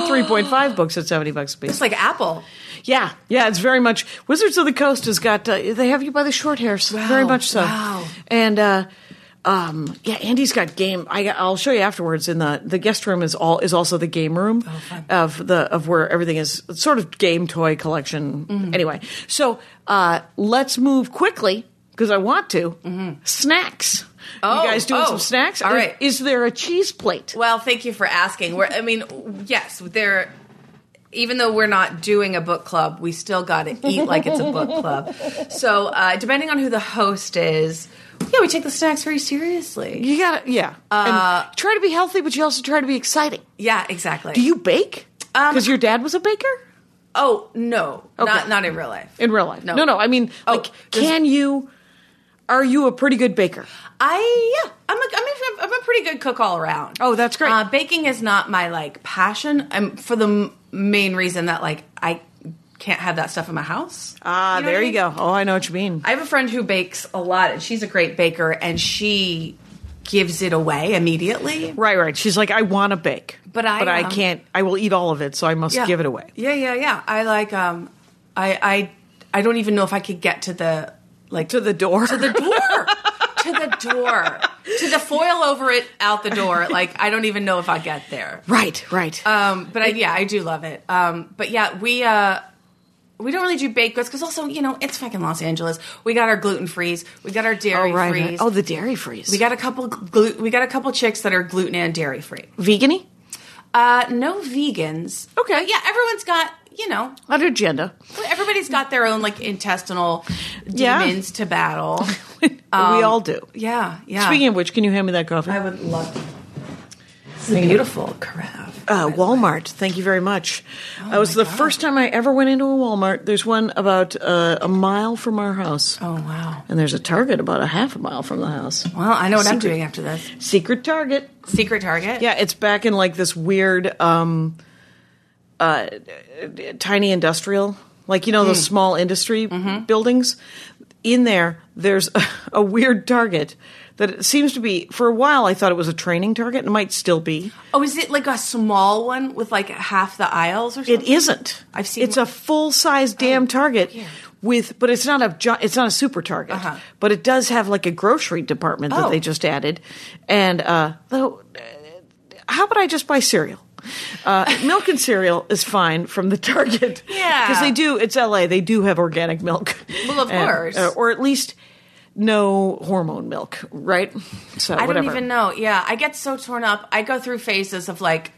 Speaker 3: 3.5 books at seventy bucks a piece.
Speaker 4: It's like Apple.
Speaker 3: Yeah, yeah, it's very much Wizards of the Coast has got uh, they have you by the short hairs, very much so.
Speaker 4: wow.
Speaker 3: And uh, Um, yeah, Andy's got game. I, I'll show you afterwards. In the the guest room is all is also the game room
Speaker 4: Oh,
Speaker 3: of the of where everything is it's sort of game toy collection.
Speaker 4: Mm-hmm.
Speaker 3: Anyway, so uh, let's move quickly because I want to snacks.
Speaker 4: Mm-hmm. Oh,
Speaker 3: you guys doing
Speaker 4: oh,
Speaker 3: some snacks?
Speaker 4: all right.
Speaker 3: Is there a cheese plate?
Speaker 4: Well, thank you for asking. We're, I mean, yes, there. Even though we're not doing a book club, we still got to eat like it's a book club. So, uh, depending on who the host is, yeah, we take the snacks very seriously.
Speaker 3: You gotta yeah. Uh, and try to be healthy, but you also try to be exciting.
Speaker 4: Yeah, exactly.
Speaker 3: Do you bake?
Speaker 4: Um,
Speaker 3: Because your dad was a baker.
Speaker 4: Oh no,
Speaker 3: Okay.
Speaker 4: not not in real life.
Speaker 3: in real life. No,
Speaker 4: No.
Speaker 3: no. I mean,
Speaker 4: Oh,
Speaker 3: like,
Speaker 4: does-
Speaker 3: can you? Are you a pretty good baker?
Speaker 4: Ah, I yeah, I'm a, I'm a, I'm a pretty good cook all around.
Speaker 3: Oh, that's great.
Speaker 4: Uh, baking is not my like passion. I'm for the m- main reason that like I can't have that stuff in my house.
Speaker 3: Ah,
Speaker 4: know what
Speaker 3: there
Speaker 4: I
Speaker 3: you go.
Speaker 4: mean?
Speaker 3: Oh, I know what you mean.
Speaker 4: I have a friend who bakes a lot, and she's a great baker, and she gives it away immediately.
Speaker 3: right, right. She's like, I want to bake,
Speaker 4: But I,
Speaker 3: but I
Speaker 4: um,
Speaker 3: can't. I will eat all of it, so I must
Speaker 4: Yeah.
Speaker 3: give it away.
Speaker 4: Yeah, yeah, yeah. I like um, I I I don't even know if I could get to the like
Speaker 3: To the door.
Speaker 4: to the door. To the door, to the foil over it, out the door. Like I don't even know if I get there.
Speaker 3: right, right. Oh,
Speaker 4: Um, but I, yeah, I do love it. Um, but yeah, we uh, we don't really do baked goods because also you know it's fucking Los Angeles. We got our gluten freeze, we got our
Speaker 3: oh,
Speaker 4: dairy
Speaker 3: right, right.
Speaker 4: freeze.
Speaker 3: Oh, the dairy freeze.
Speaker 4: we got a couple glu- we got a couple chicks that are gluten and dairy free.
Speaker 3: vegany.
Speaker 4: Uh, no vegans.
Speaker 3: Okay.
Speaker 4: But yeah, everyone's got you know
Speaker 3: Under agenda.
Speaker 4: everybody's got their own like intestinal
Speaker 3: Yeah.
Speaker 4: demons to battle.
Speaker 3: we all do.
Speaker 4: Um, Yeah, yeah.
Speaker 3: Speaking of which, can you hand me that coffee?
Speaker 4: I would love. This is a beautiful carafe.
Speaker 3: Uh, Walmart. Thank you very much.
Speaker 4: Oh
Speaker 3: that was the first time I ever went into a Walmart. There's one about uh, a mile from our house.
Speaker 4: Oh wow.
Speaker 3: And there's a Target about a half a mile from the house.
Speaker 4: Well, I know what I'm
Speaker 3: Secret-
Speaker 4: doing after this.
Speaker 3: Secret Target.
Speaker 4: Secret Target.
Speaker 3: Yeah, it's back in like this weird, um, uh, tiny industrial, like you know those small industry buildings. In there, there's a, a weird Target that it seems to be. For a while, I thought it was a training Target. It might still be.
Speaker 4: Oh, is it like a small one with like half the aisles or something?
Speaker 3: It isn't.
Speaker 4: I've seen Oh,
Speaker 3: It's a full size damn Target
Speaker 4: weird.
Speaker 3: with, but it's not a gi- it's not a super Target,
Speaker 4: Uh-huh.
Speaker 3: but it does have like a grocery department that
Speaker 4: Oh.
Speaker 3: they just added. And uh, though, uh, how about I just buy cereal? Uh, milk and cereal is fine from the Target.
Speaker 4: Yeah.
Speaker 3: because they do. It's L.A. They do have organic milk.
Speaker 4: Well, of
Speaker 3: And-
Speaker 4: course.
Speaker 3: uh, or at least no hormone milk, right? So
Speaker 4: I
Speaker 3: whatever.
Speaker 4: don't even know. Yeah, I get so torn up. I go through phases of like,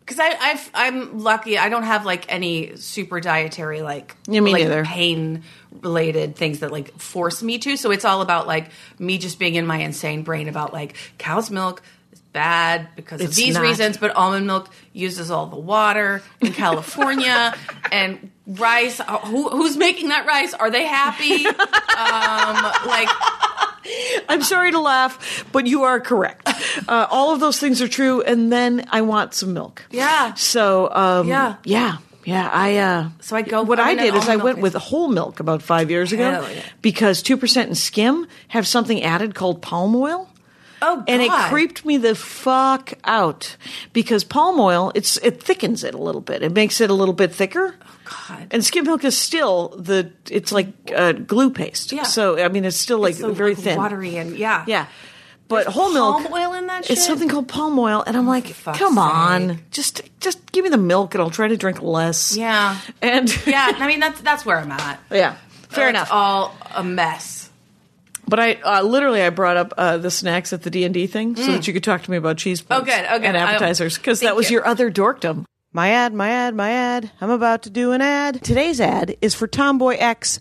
Speaker 4: because I I've, I'm lucky. I don't have like any super dietary like
Speaker 3: Yeah, me
Speaker 4: like
Speaker 3: neither.
Speaker 4: pain related things that like force me to. So it's all about like me just being in my insane brain about like cow's milk is bad because of
Speaker 3: It's
Speaker 4: these
Speaker 3: not.
Speaker 4: reasons, but almond milk uses all the water in California and rice. uh, Who, who's making that rice? Are they happy? um, like.
Speaker 3: I'm sorry to laugh, but you are correct. Uh, all of those things are true. And then I want some milk.
Speaker 4: Yeah.
Speaker 3: So, um, yeah.
Speaker 4: Yeah.
Speaker 3: Yeah. Yeah. I, uh,
Speaker 4: So I go-
Speaker 3: what
Speaker 4: I
Speaker 3: I,
Speaker 4: went in
Speaker 3: did is
Speaker 4: almond
Speaker 3: I
Speaker 4: milk
Speaker 3: went with
Speaker 4: instead.
Speaker 3: whole milk about five years ago
Speaker 4: Hell yeah.
Speaker 3: because 2% and skim have something added called palm oil.
Speaker 4: Oh, God.
Speaker 3: And it creeped me the fuck out because palm oil it's it thickens it a little bit. It makes it a little bit thicker.
Speaker 4: Oh, God.
Speaker 3: And skim milk is still the it's like uh, glue paste.
Speaker 4: Yeah.
Speaker 3: So I mean it's still like
Speaker 4: It's so,
Speaker 3: very
Speaker 4: like,
Speaker 3: thin.
Speaker 4: watery, and yeah,
Speaker 3: Yeah. But
Speaker 4: There's
Speaker 3: whole milk
Speaker 4: palm oil in that shit? Oh,
Speaker 3: It's something called palm oil and I'm like,
Speaker 4: fuck's
Speaker 3: "Come on.
Speaker 4: sake.
Speaker 3: Just just give me the milk and I'll try to drink less."
Speaker 4: Yeah.
Speaker 3: And
Speaker 4: yeah. I mean, that's that's where I'm at.
Speaker 3: yeah. Fair
Speaker 4: It's
Speaker 3: enough.
Speaker 4: All a mess.
Speaker 3: But I uh, literally I brought up uh, the snacks at the D and D thing so that you could talk to me about cheese plates
Speaker 4: good, Mm. oh, good.
Speaker 3: and appetizers because that
Speaker 4: Thank
Speaker 3: was
Speaker 4: you.
Speaker 3: your other dorkdom. My ad, my ad, my ad. I'm about to do an ad. Today's ad is for Tomboy X,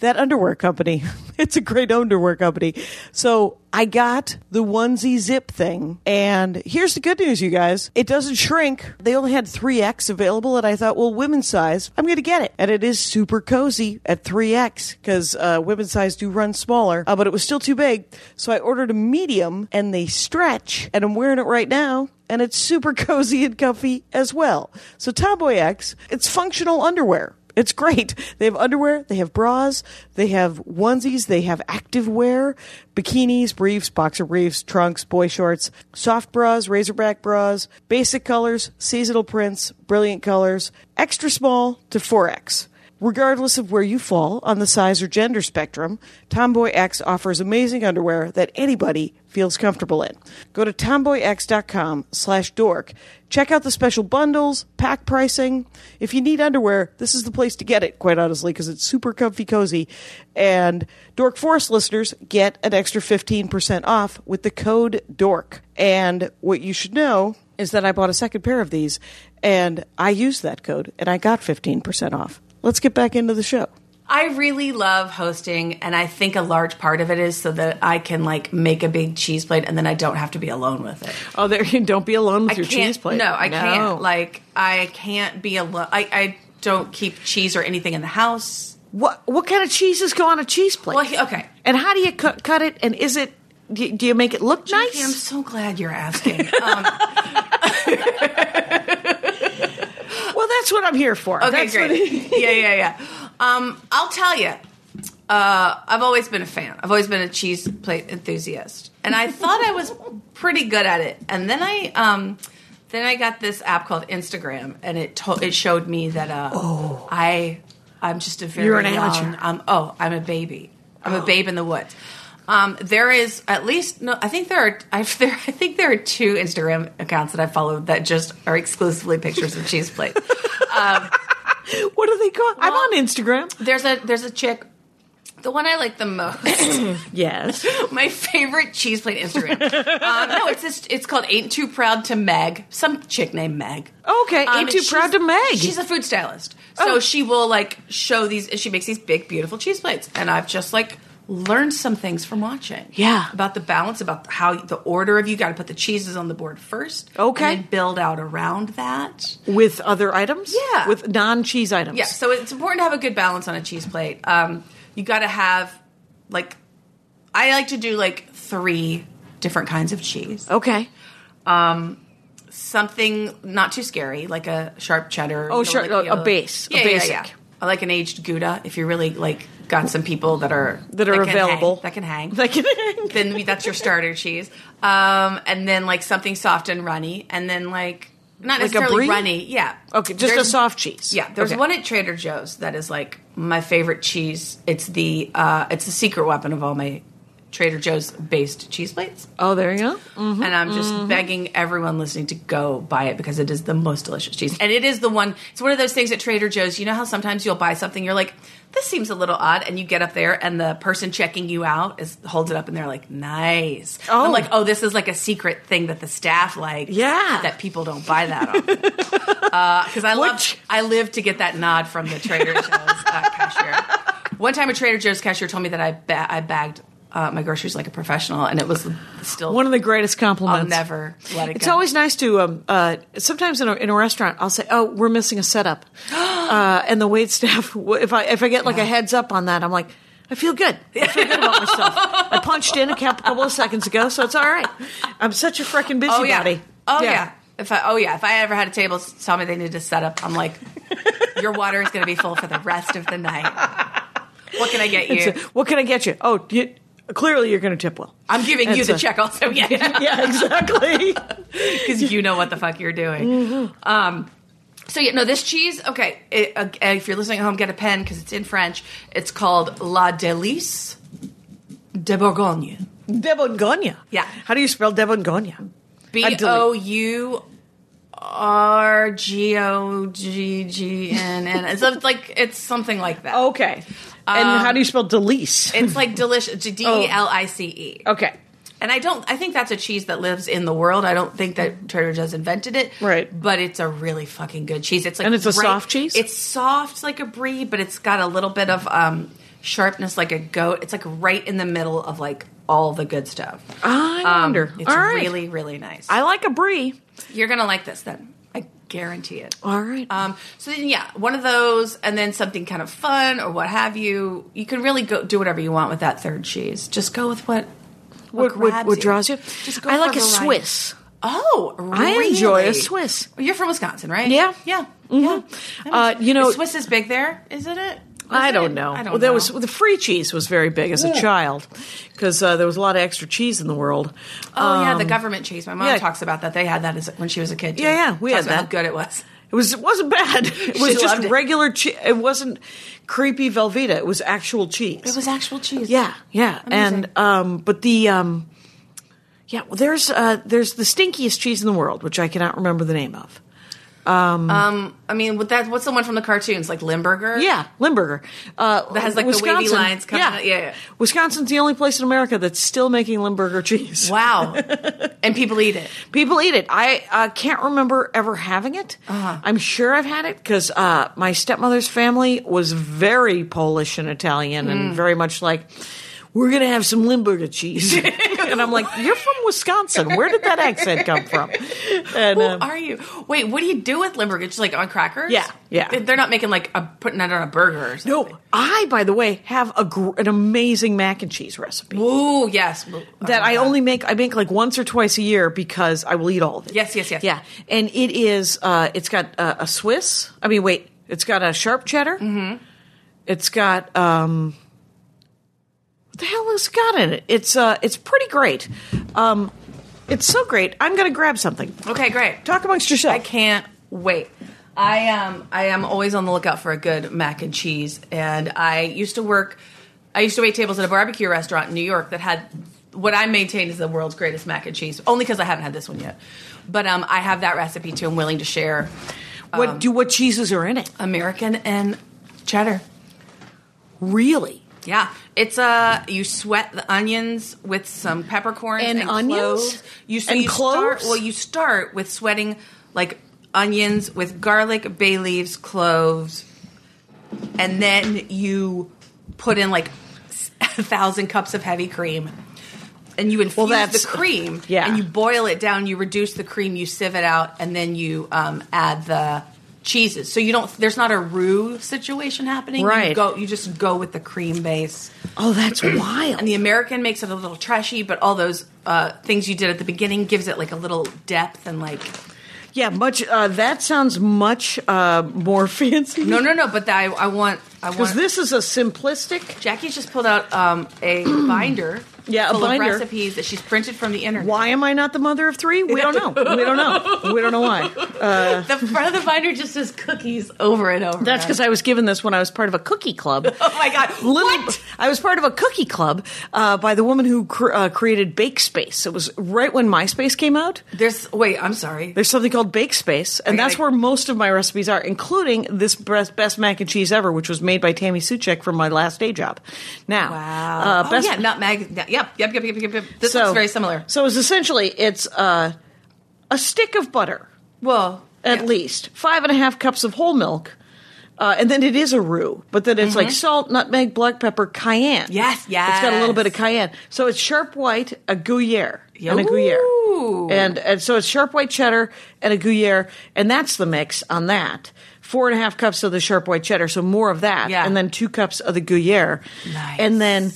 Speaker 3: that underwear company. it's a great underwear company. So I got the onesie zip thing, and here's the good news, you guys. It doesn't shrink. They only had 3X available, and I thought, well, women's size, I'm going to get it. And it is super cozy at 3X because uh, women's size do run smaller, uh, but it was still too big. So I ordered a medium, and they stretch, and I'm wearing it right now and it's super cozy and comfy as well. So Tomboy X, it's functional underwear. It's great. They have underwear, they have bras, they have onesies, they have active wear, bikinis, briefs, boxer briefs, trunks, boy shorts, soft bras, razorback bras, basic colors, seasonal prints, brilliant colors, extra small to 4X. Regardless of where you fall on the size or gender spectrum, Tomboy X offers amazing underwear that anybody feels comfortable in. Go to tomboyx.com slash dork. Check out the special bundles, pack pricing. If you need underwear, this is the place to get it, quite honestly, because it's super comfy cozy. And Dork Force listeners get an extra 15% off with the code DORK. And what you should know is that I bought a second pair of these and I used that code and I got 15% off. Let's get back into the show.
Speaker 4: I really love hosting, and I think a large part of it is so that I can like make a big cheese plate, and then I don't have to be alone with it.
Speaker 3: Oh, there you don't be alone with
Speaker 4: I can't, No, I can't. Like, I can't be alone. I, I don't keep cheese or anything in the house.
Speaker 3: what what kind of cheeses go on a cheese plate?
Speaker 4: Well, he- okay.
Speaker 3: And how do you cu- cut it? And is it do, do you make it look
Speaker 4: Jackie, I'm
Speaker 3: nice?
Speaker 4: so glad you're asking. Um,
Speaker 3: Well, that's what I'm here for.
Speaker 4: okay,
Speaker 3: That's what
Speaker 4: great.
Speaker 3: it-
Speaker 4: yeah, yeah, yeah. Um, I'll tell you. Uh, I've always been a fan. I've always been a cheese plate enthusiast, and I thought I was pretty good at it. And then I, um, then I got this app called Instagram, and it to- it showed me that uh, I, I'm just a very
Speaker 3: Oh. You're an
Speaker 4: young,
Speaker 3: amateur. Oh.
Speaker 4: um, oh, I'm a baby. I'm a babe in the woods. Um, there is at least no. I think there are. I've, there, I think there are two Instagram accounts that I follow that just are exclusively pictures of cheese plates.
Speaker 3: what are they called? I'm on Instagram.
Speaker 4: There's a there's a chick. The one I like the most,
Speaker 3: Yes.
Speaker 4: my favorite cheese plate Instagram. um, no, it's this, it's called Ain't Too Proud to Meg. Some chick named Meg.
Speaker 3: Okay,
Speaker 4: Um,
Speaker 3: ain't too
Speaker 4: and
Speaker 3: proud to
Speaker 4: she's-
Speaker 3: Meg.
Speaker 4: She's a food stylist, so
Speaker 3: Oh.
Speaker 4: she will like show these. She makes these big, beautiful cheese plates, and I've just like learned some things from watching.
Speaker 3: Yeah.
Speaker 4: about the balance, about how the order of you got to put the cheeses on the board first.
Speaker 3: Okay.
Speaker 4: and then build out around that.
Speaker 3: With other items?
Speaker 4: Yeah.
Speaker 3: With non cheese items.
Speaker 4: Yeah, so it's important to have a good balance on a cheese plate. Um, you got to have like I like to do like three different kinds of cheese.
Speaker 3: Okay.
Speaker 4: Something not too scary, like a sharp cheddar.
Speaker 3: Oh,
Speaker 4: you know,
Speaker 3: sure,
Speaker 4: like,
Speaker 3: a-
Speaker 4: you know,
Speaker 3: a base, a
Speaker 4: Yeah, yeah,
Speaker 3: basic.
Speaker 4: yeah. I like an aged gouda. If you really like got some people that are
Speaker 3: That are
Speaker 4: can
Speaker 3: available.
Speaker 4: hang, that can hang.
Speaker 3: Like
Speaker 4: then we- that's your starter cheese. Um, and then like something soft and runny, and then like not
Speaker 3: Like a
Speaker 4: necessarily
Speaker 3: brie?
Speaker 4: runny. Yeah.
Speaker 3: Okay, just
Speaker 4: There's-
Speaker 3: a soft cheese.
Speaker 4: Yeah, there's
Speaker 3: Okay.
Speaker 4: one at Trader Joe's that is like my favorite cheese. It's the uh, it's the secret weapon of all my Trader Joe's based cheese plates,
Speaker 3: Oh, there you go.
Speaker 4: and I'm just
Speaker 3: mm-hmm.
Speaker 4: begging everyone listening to go buy it because it is the most delicious cheese, and it is the one. It's one of those things at Trader Joe's. You know how sometimes you'll buy something, you're like, this seems a little odd, and you get up there, and the person checking you out is holds it up, and they're like, nice. Oh,
Speaker 3: Oh.
Speaker 4: I'm like, oh, this is like a secret thing that the staff like.
Speaker 3: Yeah.
Speaker 4: that people don't buy that. Often because I
Speaker 3: What?
Speaker 4: love I live to get that nod from the Trader Joe's uh, cashier. One time, a Trader Joe's cashier told me that I ba- I bagged uh, my groceries like a professional, and it was still
Speaker 3: One of the greatest compliments.
Speaker 4: I'll never let it
Speaker 3: It's
Speaker 4: go.
Speaker 3: always nice to um, uh, sometimes in a, in a restaurant I'll say, "Oh, we're missing a setup," uh, and the wait staff. If I if I get like a heads up on that, I'm like, I feel good. I feel good about myself. I punched in a cou- couple of seconds ago, so it's all right. I'm such a freaking busybody.
Speaker 4: oh yeah oh yeah. If I, oh yeah, if I ever had a table s- tell me they needed to set up, I'm like, your water is going to be full for the rest of the night. What can I get you?
Speaker 3: It's a- what can I get you? Oh, you, clearly you're going to tip well.
Speaker 4: I'm giving you
Speaker 3: it's
Speaker 4: the
Speaker 3: a-
Speaker 4: check also. Yeah,
Speaker 3: yeah, exactly.
Speaker 4: because you know what the fuck you're doing.
Speaker 3: Mm-hmm.
Speaker 4: Um, so yeah, no, this cheese. Okay, it, uh, if you're listening at home, get a pen because it's in French. It's called La Delice de Bourgogne.
Speaker 3: Debogonia.
Speaker 4: Yeah.
Speaker 3: How do you spell Debogonia?
Speaker 4: B O U R G O G G N N. It's like it's something like that.
Speaker 3: Okay. Um, And how do you spell Delice?
Speaker 4: It's like delicious. D E L I C E.
Speaker 3: okay.
Speaker 4: And I don't. I think that's a cheese that lives in the world. I don't think that Trader Joe's invented it.
Speaker 3: Right.
Speaker 4: But it's a really fucking good cheese. It's like
Speaker 3: And it's a
Speaker 4: bright-
Speaker 3: soft cheese?
Speaker 4: It's soft like a brie, but it's got a little bit of um, sharpness like a goat. It's like right in the middle of like all the good stuff. Um,
Speaker 3: I wonder.
Speaker 4: It's
Speaker 3: all right.
Speaker 4: really really nice.
Speaker 3: I like a brie.
Speaker 4: You're gonna like this then. I guarantee it.
Speaker 3: All right.
Speaker 4: Um, so then, yeah, one of those, and then something kind of fun or what have you. You can really go do whatever you want with that third cheese. Just go with what
Speaker 3: what,
Speaker 4: what,
Speaker 3: what,
Speaker 4: grabs
Speaker 3: what draws you?
Speaker 4: Just go
Speaker 3: I
Speaker 4: for
Speaker 3: like a
Speaker 4: variety.
Speaker 3: Swiss.
Speaker 4: Oh,
Speaker 3: I
Speaker 4: really?
Speaker 3: enjoy a Swiss.
Speaker 4: You're from Wisconsin, right?
Speaker 3: Yeah.
Speaker 4: yeah, Mm-hmm. yeah.
Speaker 3: Uh, you know-
Speaker 4: Is Swiss is big there, isn't it? Is
Speaker 3: I
Speaker 4: it?
Speaker 3: don't know.
Speaker 4: I don't
Speaker 3: well,
Speaker 4: know.
Speaker 3: there was the free cheese was very big as a child because uh, there was a lot of extra cheese in the world.
Speaker 4: oh yeah, the government cheese. My mom
Speaker 3: yeah.
Speaker 4: talks about that. They had that as, when she was a kid. Too.
Speaker 3: Yeah, yeah, we
Speaker 4: Talks
Speaker 3: had
Speaker 4: about
Speaker 3: that.
Speaker 4: How good it was.
Speaker 3: It was it wasn't bad. It was
Speaker 4: She
Speaker 3: just
Speaker 4: loved it.
Speaker 3: regular cheese. It wasn't creepy Velveeta. It was actual cheese.
Speaker 4: It was actual cheese.
Speaker 3: Yeah, yeah,
Speaker 4: Amazing.
Speaker 3: and um, but the um, yeah, well, there's uh, there's the stinkiest cheese in the world, which I cannot remember the name of.
Speaker 4: I mean, with that, what's the one from the cartoons, like Limburger?
Speaker 3: Yeah, Limburger. Uh,
Speaker 4: That has, like, the wavy lines coming out- yeah, yeah.
Speaker 3: Wisconsin's the only place in America that's still making Limburger cheese.
Speaker 4: Wow. and people eat it.
Speaker 3: People eat it. I uh, can't remember ever having it.
Speaker 4: Uh-huh.
Speaker 3: I'm sure I've had it because uh, my stepmother's family was very Polish and Italian
Speaker 4: Hmm.
Speaker 3: and very much like, we're going to have some Limburger cheese. and I'm like, you're from Wisconsin. Where did that accent come from? And,
Speaker 4: Who
Speaker 3: um,
Speaker 4: are you? Wait, what do you do with Limburger? Just like on crackers?
Speaker 3: Yeah, yeah.
Speaker 4: They- They're not making like a, putting it on a burger. Or something.
Speaker 3: no, I, by the way, have a gr- an amazing mac and cheese recipe.
Speaker 4: Ooh, yes.
Speaker 3: that I only make I make like once or twice a year because I will eat all of it.
Speaker 4: Yes, yes, yes.
Speaker 3: Yeah, and it is uh, it's got uh, a Swiss. I mean, wait, it's got a sharp cheddar. Mm-hmm. It's got um, what the hell has it got in it? It's uh, it's pretty great. Um, it's so great. I'm gonna grab something.
Speaker 4: Okay, great.
Speaker 3: Talk amongst yourself.
Speaker 4: I can't wait. I um I am always on the lookout for a good mac and cheese, and I used to work. I used to wait tables at a barbecue restaurant in New York that had what I maintain is the world's greatest mac and cheese. Only because I haven't had this one yet, but um I have that recipe too. I'm willing to share
Speaker 3: What
Speaker 4: um,
Speaker 3: do what cheeses are in it?
Speaker 4: American and cheddar.
Speaker 3: Really?
Speaker 4: Yeah, it's uh you sweat the onions with some peppercorns
Speaker 3: And
Speaker 4: and,
Speaker 3: onions?
Speaker 4: cloves. You so
Speaker 3: And
Speaker 4: you start
Speaker 3: cloves?
Speaker 4: well you start with sweating like onions with garlic, bay leaves, cloves, and then you put in like a thousand cups of heavy cream. And you infuse
Speaker 3: that's-
Speaker 4: the cream,
Speaker 3: yeah.
Speaker 4: and you boil it down. You reduce the cream, you sieve it out, and then you um, add the cheeses. So you don't. There's not a roux situation happening. You
Speaker 3: Right.
Speaker 4: go. You just go with the cream base.
Speaker 3: Oh, that's wild.
Speaker 4: And the American makes it a little trashy, but all those uh, things you did at the beginning gives it like a little depth and like
Speaker 3: yeah, much. Uh, that sounds much uh, more fancy.
Speaker 4: no no no. But I I want I
Speaker 3: because
Speaker 4: want
Speaker 3: this is a simplistic.
Speaker 4: Jackie's just pulled out um, a binder.
Speaker 3: Yeah, a
Speaker 4: full
Speaker 3: binder.
Speaker 4: of recipes that she's printed from the internet.
Speaker 3: Why am I not the mother of three? We don't know. We don't know. We don't know why. Uh,
Speaker 4: The front of the binder just says cookies over and over.
Speaker 3: that's because I was given this when I was part of a cookie club.
Speaker 4: Oh my god!
Speaker 3: Little-
Speaker 4: what?
Speaker 3: I was part of a cookie club uh, by the woman who cr- uh, created Bake Space. It was right when MySpace came out.
Speaker 4: There's wait. I'm sorry.
Speaker 3: There's something called Bake Space, and
Speaker 4: I gotta-
Speaker 3: that's where most of my recipes are, including this best, best mac and cheese ever, which was made by Tammy Suchek from my last day job. Now,
Speaker 4: wow.
Speaker 3: uh,
Speaker 4: oh
Speaker 3: best,
Speaker 4: yeah, not mag. Yep, yep, yep, yep, yep. yep. This
Speaker 3: so-
Speaker 4: looks very similar.
Speaker 3: So it's essentially it's uh, a stick of butter.
Speaker 4: Well,
Speaker 3: at
Speaker 4: yeah.
Speaker 3: least five and a half cups of whole milk. Uh, and then it is a roux, but then it's like salt, nutmeg, black pepper, cayenne.
Speaker 4: Mm-hmm. Yes, yes.
Speaker 3: It's got a little bit of cayenne. So it's sharp white, a Gruyere, and a
Speaker 4: Ooh.
Speaker 3: Gruyere, and and so it's sharp white cheddar and a Gruyere, and that's the mix on that. Four and a half cups of the sharp white cheddar, so more of that,
Speaker 4: Yeah.
Speaker 3: and then two cups of the Gruyere,
Speaker 4: Nice.
Speaker 3: and then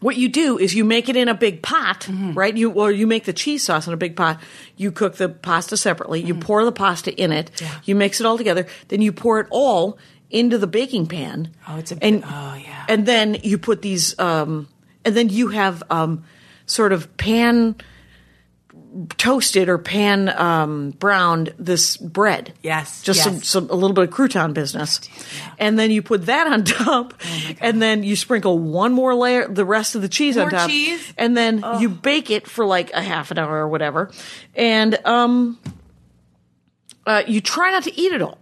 Speaker 3: what you do is you make it in a big pot,
Speaker 4: Mm-hmm.
Speaker 3: right? You or you make the cheese sauce in a big pot. You cook the pasta separately.
Speaker 4: Mm-hmm.
Speaker 3: You pour the pasta in it. You mix it all together. Then you pour it all into the baking pan.
Speaker 4: Oh, it's a-
Speaker 3: and,
Speaker 4: oh, yeah.
Speaker 3: And then you put these, um, and then you have um, sort of pan toasted or pan um, browned this bread.
Speaker 4: Yes,
Speaker 3: just
Speaker 4: yes.
Speaker 3: Some, some a little bit of crouton business, and then you put that on top,
Speaker 4: Oh
Speaker 3: and then you sprinkle one more layer, the rest of the cheese on
Speaker 4: More
Speaker 3: top,
Speaker 4: cheese?
Speaker 3: and then you bake it for like a half an hour or whatever, and um. Uh, you try not to eat it all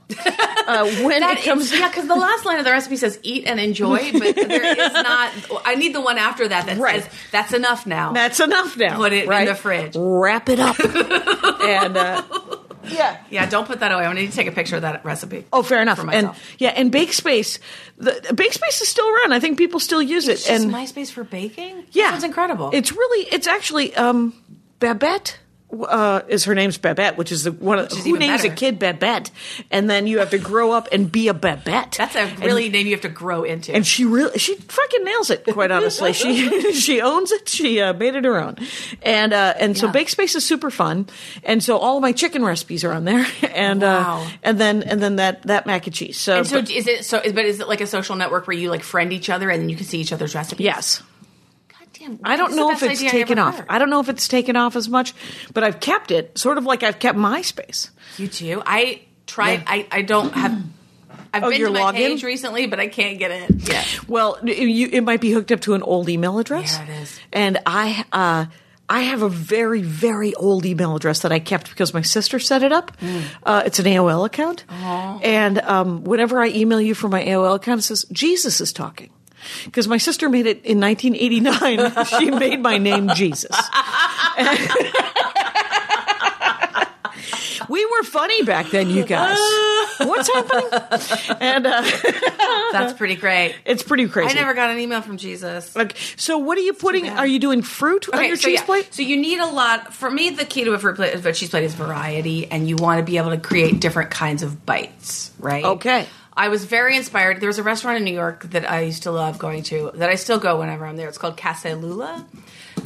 Speaker 3: uh, when
Speaker 4: That
Speaker 3: it comes.
Speaker 4: is- yeah, because the last line of the recipe says "eat and enjoy," but there is not. I need the one after that that
Speaker 3: Right.
Speaker 4: says "that's enough now."
Speaker 3: That's enough now.
Speaker 4: Put it in
Speaker 3: right?
Speaker 4: the fridge.
Speaker 3: Wrap it up, and uh, yeah,
Speaker 4: yeah, don't put that away. I need to take a picture of that recipe.
Speaker 3: Oh, fair enough.
Speaker 4: For
Speaker 3: and
Speaker 4: myself.
Speaker 3: yeah, and Bake Space, the Bake Space is still around. I think people still use
Speaker 4: it's
Speaker 3: it.
Speaker 4: just
Speaker 3: And
Speaker 4: MySpace for baking.
Speaker 3: yeah,
Speaker 4: it's incredible.
Speaker 3: It's really, it's actually um, Babette. Uh, is her name's Babette, which is the one of
Speaker 4: Which is
Speaker 3: who
Speaker 4: even
Speaker 3: names a
Speaker 4: better.
Speaker 3: kid Babette, and then you have to grow up and be a Babette.
Speaker 4: that's a
Speaker 3: And-
Speaker 4: really name you have to grow into.
Speaker 3: and she really she fucking nails it quite honestly she she owns it she uh, made it her own and uh and so
Speaker 4: Yeah.
Speaker 3: bake space is super fun and so all of my chicken recipes are on there and
Speaker 4: Wow.
Speaker 3: uh and then and then that that mac and cheese so,
Speaker 4: And so,
Speaker 3: but-
Speaker 4: is it so? But is it like a social network where you like friend each other and you can see each other's recipes?
Speaker 3: yes
Speaker 4: God damn.
Speaker 3: I
Speaker 4: this
Speaker 3: don't
Speaker 4: is the
Speaker 3: know if
Speaker 4: best
Speaker 3: it's
Speaker 4: idea I
Speaker 3: taken
Speaker 4: ever
Speaker 3: off.
Speaker 4: heard.
Speaker 3: I don't know if it's taken off as much, but I've kept it sort of like I've kept MySpace.
Speaker 4: You too. I try.
Speaker 3: Yeah.
Speaker 4: I I don't have. I've
Speaker 3: Oh,
Speaker 4: been
Speaker 3: your
Speaker 4: to my
Speaker 3: login?
Speaker 4: page recently, but I can't get it. Yeah.
Speaker 3: Well, it- you, it might be hooked up to an old email address.
Speaker 4: Yeah, it is.
Speaker 3: And I, uh, I have a very, very old email address that I kept because my sister set it up.
Speaker 4: Mm.
Speaker 3: Uh, it's an AOL account, and um, whenever I email you from my AOL account, it says Jesus is talking. Because my sister made it in 1989, she made my name Jesus. we were funny back then, you guys. What's happening? And uh,
Speaker 4: That's pretty great.
Speaker 3: it's pretty crazy.
Speaker 4: I never got an email from Jesus.
Speaker 3: Like, so what are you putting?
Speaker 4: bad.
Speaker 3: Are you doing fruit on your
Speaker 4: so
Speaker 3: cheese
Speaker 4: yeah.
Speaker 3: plate?
Speaker 4: So you need a lot. For me, the key to a fruit plate, a cheese plate is variety, and you want to be able to create different kinds of bites, right?
Speaker 3: Okay.
Speaker 4: I was very inspired. There was a restaurant in New York that I used to love going to, that I still go whenever I'm there. It's called Casa Lula,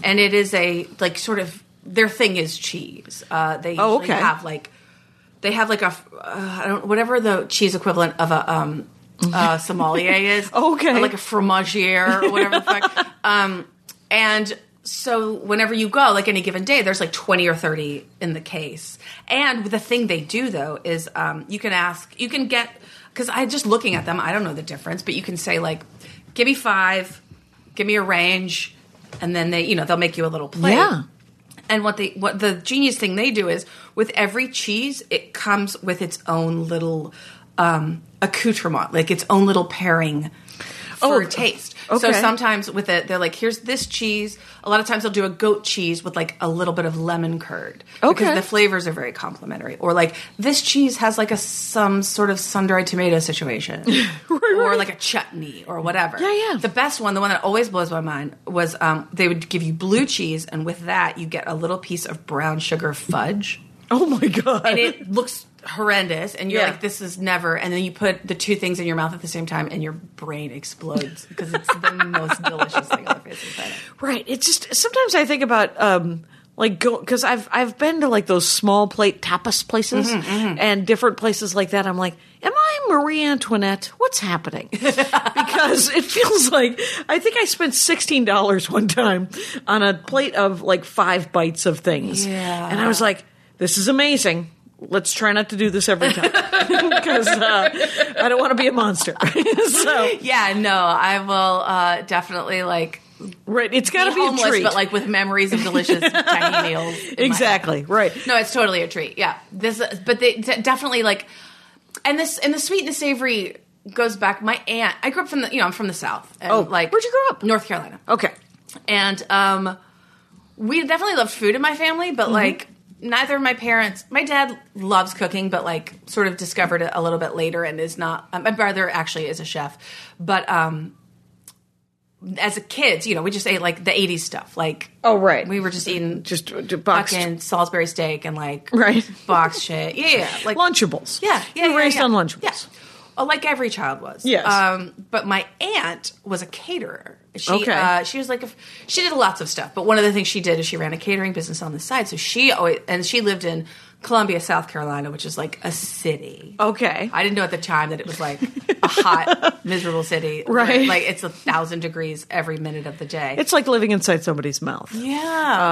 Speaker 4: and it is a like sort of their thing is cheese. Uh, they usually
Speaker 3: Oh, okay.
Speaker 4: have like they have like a f- uh, I don't whatever the cheese equivalent of a um uh, sommelier is.
Speaker 3: Okay.
Speaker 4: Or like a fromagier or whatever the fuck. Um, and so whenever you go, like any given day, there's like 20 or 30 in the case. And the thing they do though is um, you can ask, you can get, because I just looking at them, I don't know the difference, but you can say like, give me five, give me a range, and then they, you know, they'll make you a little plate.
Speaker 3: Yeah.
Speaker 4: And what they what the genius thing they do is with every cheese, it comes with its own little um, accoutrement, like its own little pairing for
Speaker 3: Oh,
Speaker 4: taste. So
Speaker 3: okay.
Speaker 4: sometimes with it, they're like, "Here's this cheese." A lot of times they'll do a goat cheese with like a little bit of lemon curd
Speaker 3: Okay.
Speaker 4: because the flavors are very complementary. Or like this cheese has like a some sort of sun-dried tomato situation, or
Speaker 3: right.
Speaker 4: like a chutney or whatever.
Speaker 3: Yeah, yeah.
Speaker 4: The best one, the one that always blows my mind, was um, they would give you blue cheese, and with that, you get a little piece of brown sugar fudge.
Speaker 3: Oh my god!
Speaker 4: And it looks horrendous, and you're
Speaker 3: Yeah.
Speaker 4: like, this is never. And then you put the two things in your mouth at the same time, and your brain explodes because it's the most delicious thing on the face of the planet.
Speaker 3: right. It's just sometimes I think about um like go because I've I've been to like those small plate tapas places
Speaker 4: Mm-hmm,
Speaker 3: and different places like that. I'm like, am I Marie Antoinette? What's happening? because it feels like I think I spent sixteen dollars one time on a plate of like five bites of things,
Speaker 4: Yeah.
Speaker 3: and I was like, this is amazing. Let's try not to do this every time because uh, I don't want to be a monster. so
Speaker 4: Yeah, no, I will uh, definitely like
Speaker 3: right, it's got to
Speaker 4: be
Speaker 3: be,
Speaker 4: homeless,
Speaker 3: a treat.
Speaker 4: but like with memories of delicious tiny meals. in my
Speaker 3: exactly right.
Speaker 4: No, it's totally a treat. Yeah, this, but they de- definitely like, and this and the sweet and the savory goes back. My aunt, I grew up from the, you know, I'm from the south. And
Speaker 3: Oh,
Speaker 4: like
Speaker 3: where'd you grow up?
Speaker 4: North Carolina,
Speaker 3: Okay.
Speaker 4: and um, we definitely loved food in my family, but
Speaker 3: Mm-hmm.
Speaker 4: like. Neither of my parents. My dad loves cooking, but like sort of discovered it a little bit later, and is not. Um, my brother actually is a chef, but um, as a kids, you know, we just ate like the '80s stuff. Like,
Speaker 3: Oh, right.
Speaker 4: we were just eating
Speaker 3: Just uh, boxed
Speaker 4: fucking Salisbury steak and like
Speaker 3: Right.
Speaker 4: box shit. Yeah, yeah, like
Speaker 3: Lunchables.
Speaker 4: Yeah, yeah,
Speaker 3: You were
Speaker 4: yeah,
Speaker 3: raised
Speaker 4: yeah.
Speaker 3: on Lunchables.
Speaker 4: Yeah. Oh, like every child was.
Speaker 3: Yes.
Speaker 4: Um, but my aunt was a caterer. She,
Speaker 3: Okay.
Speaker 4: uh, she was like a, she did lots of stuff, but one of the things she did is she ran a catering business on the side. So she always and she lived in Columbia, South Carolina, which is like a city.
Speaker 3: Okay.
Speaker 4: I didn't know at the time that it was like a hot, miserable city. where,
Speaker 3: Right.
Speaker 4: Like it's a thousand degrees every minute of the day.
Speaker 3: it's like living inside somebody's mouth.
Speaker 4: Yeah,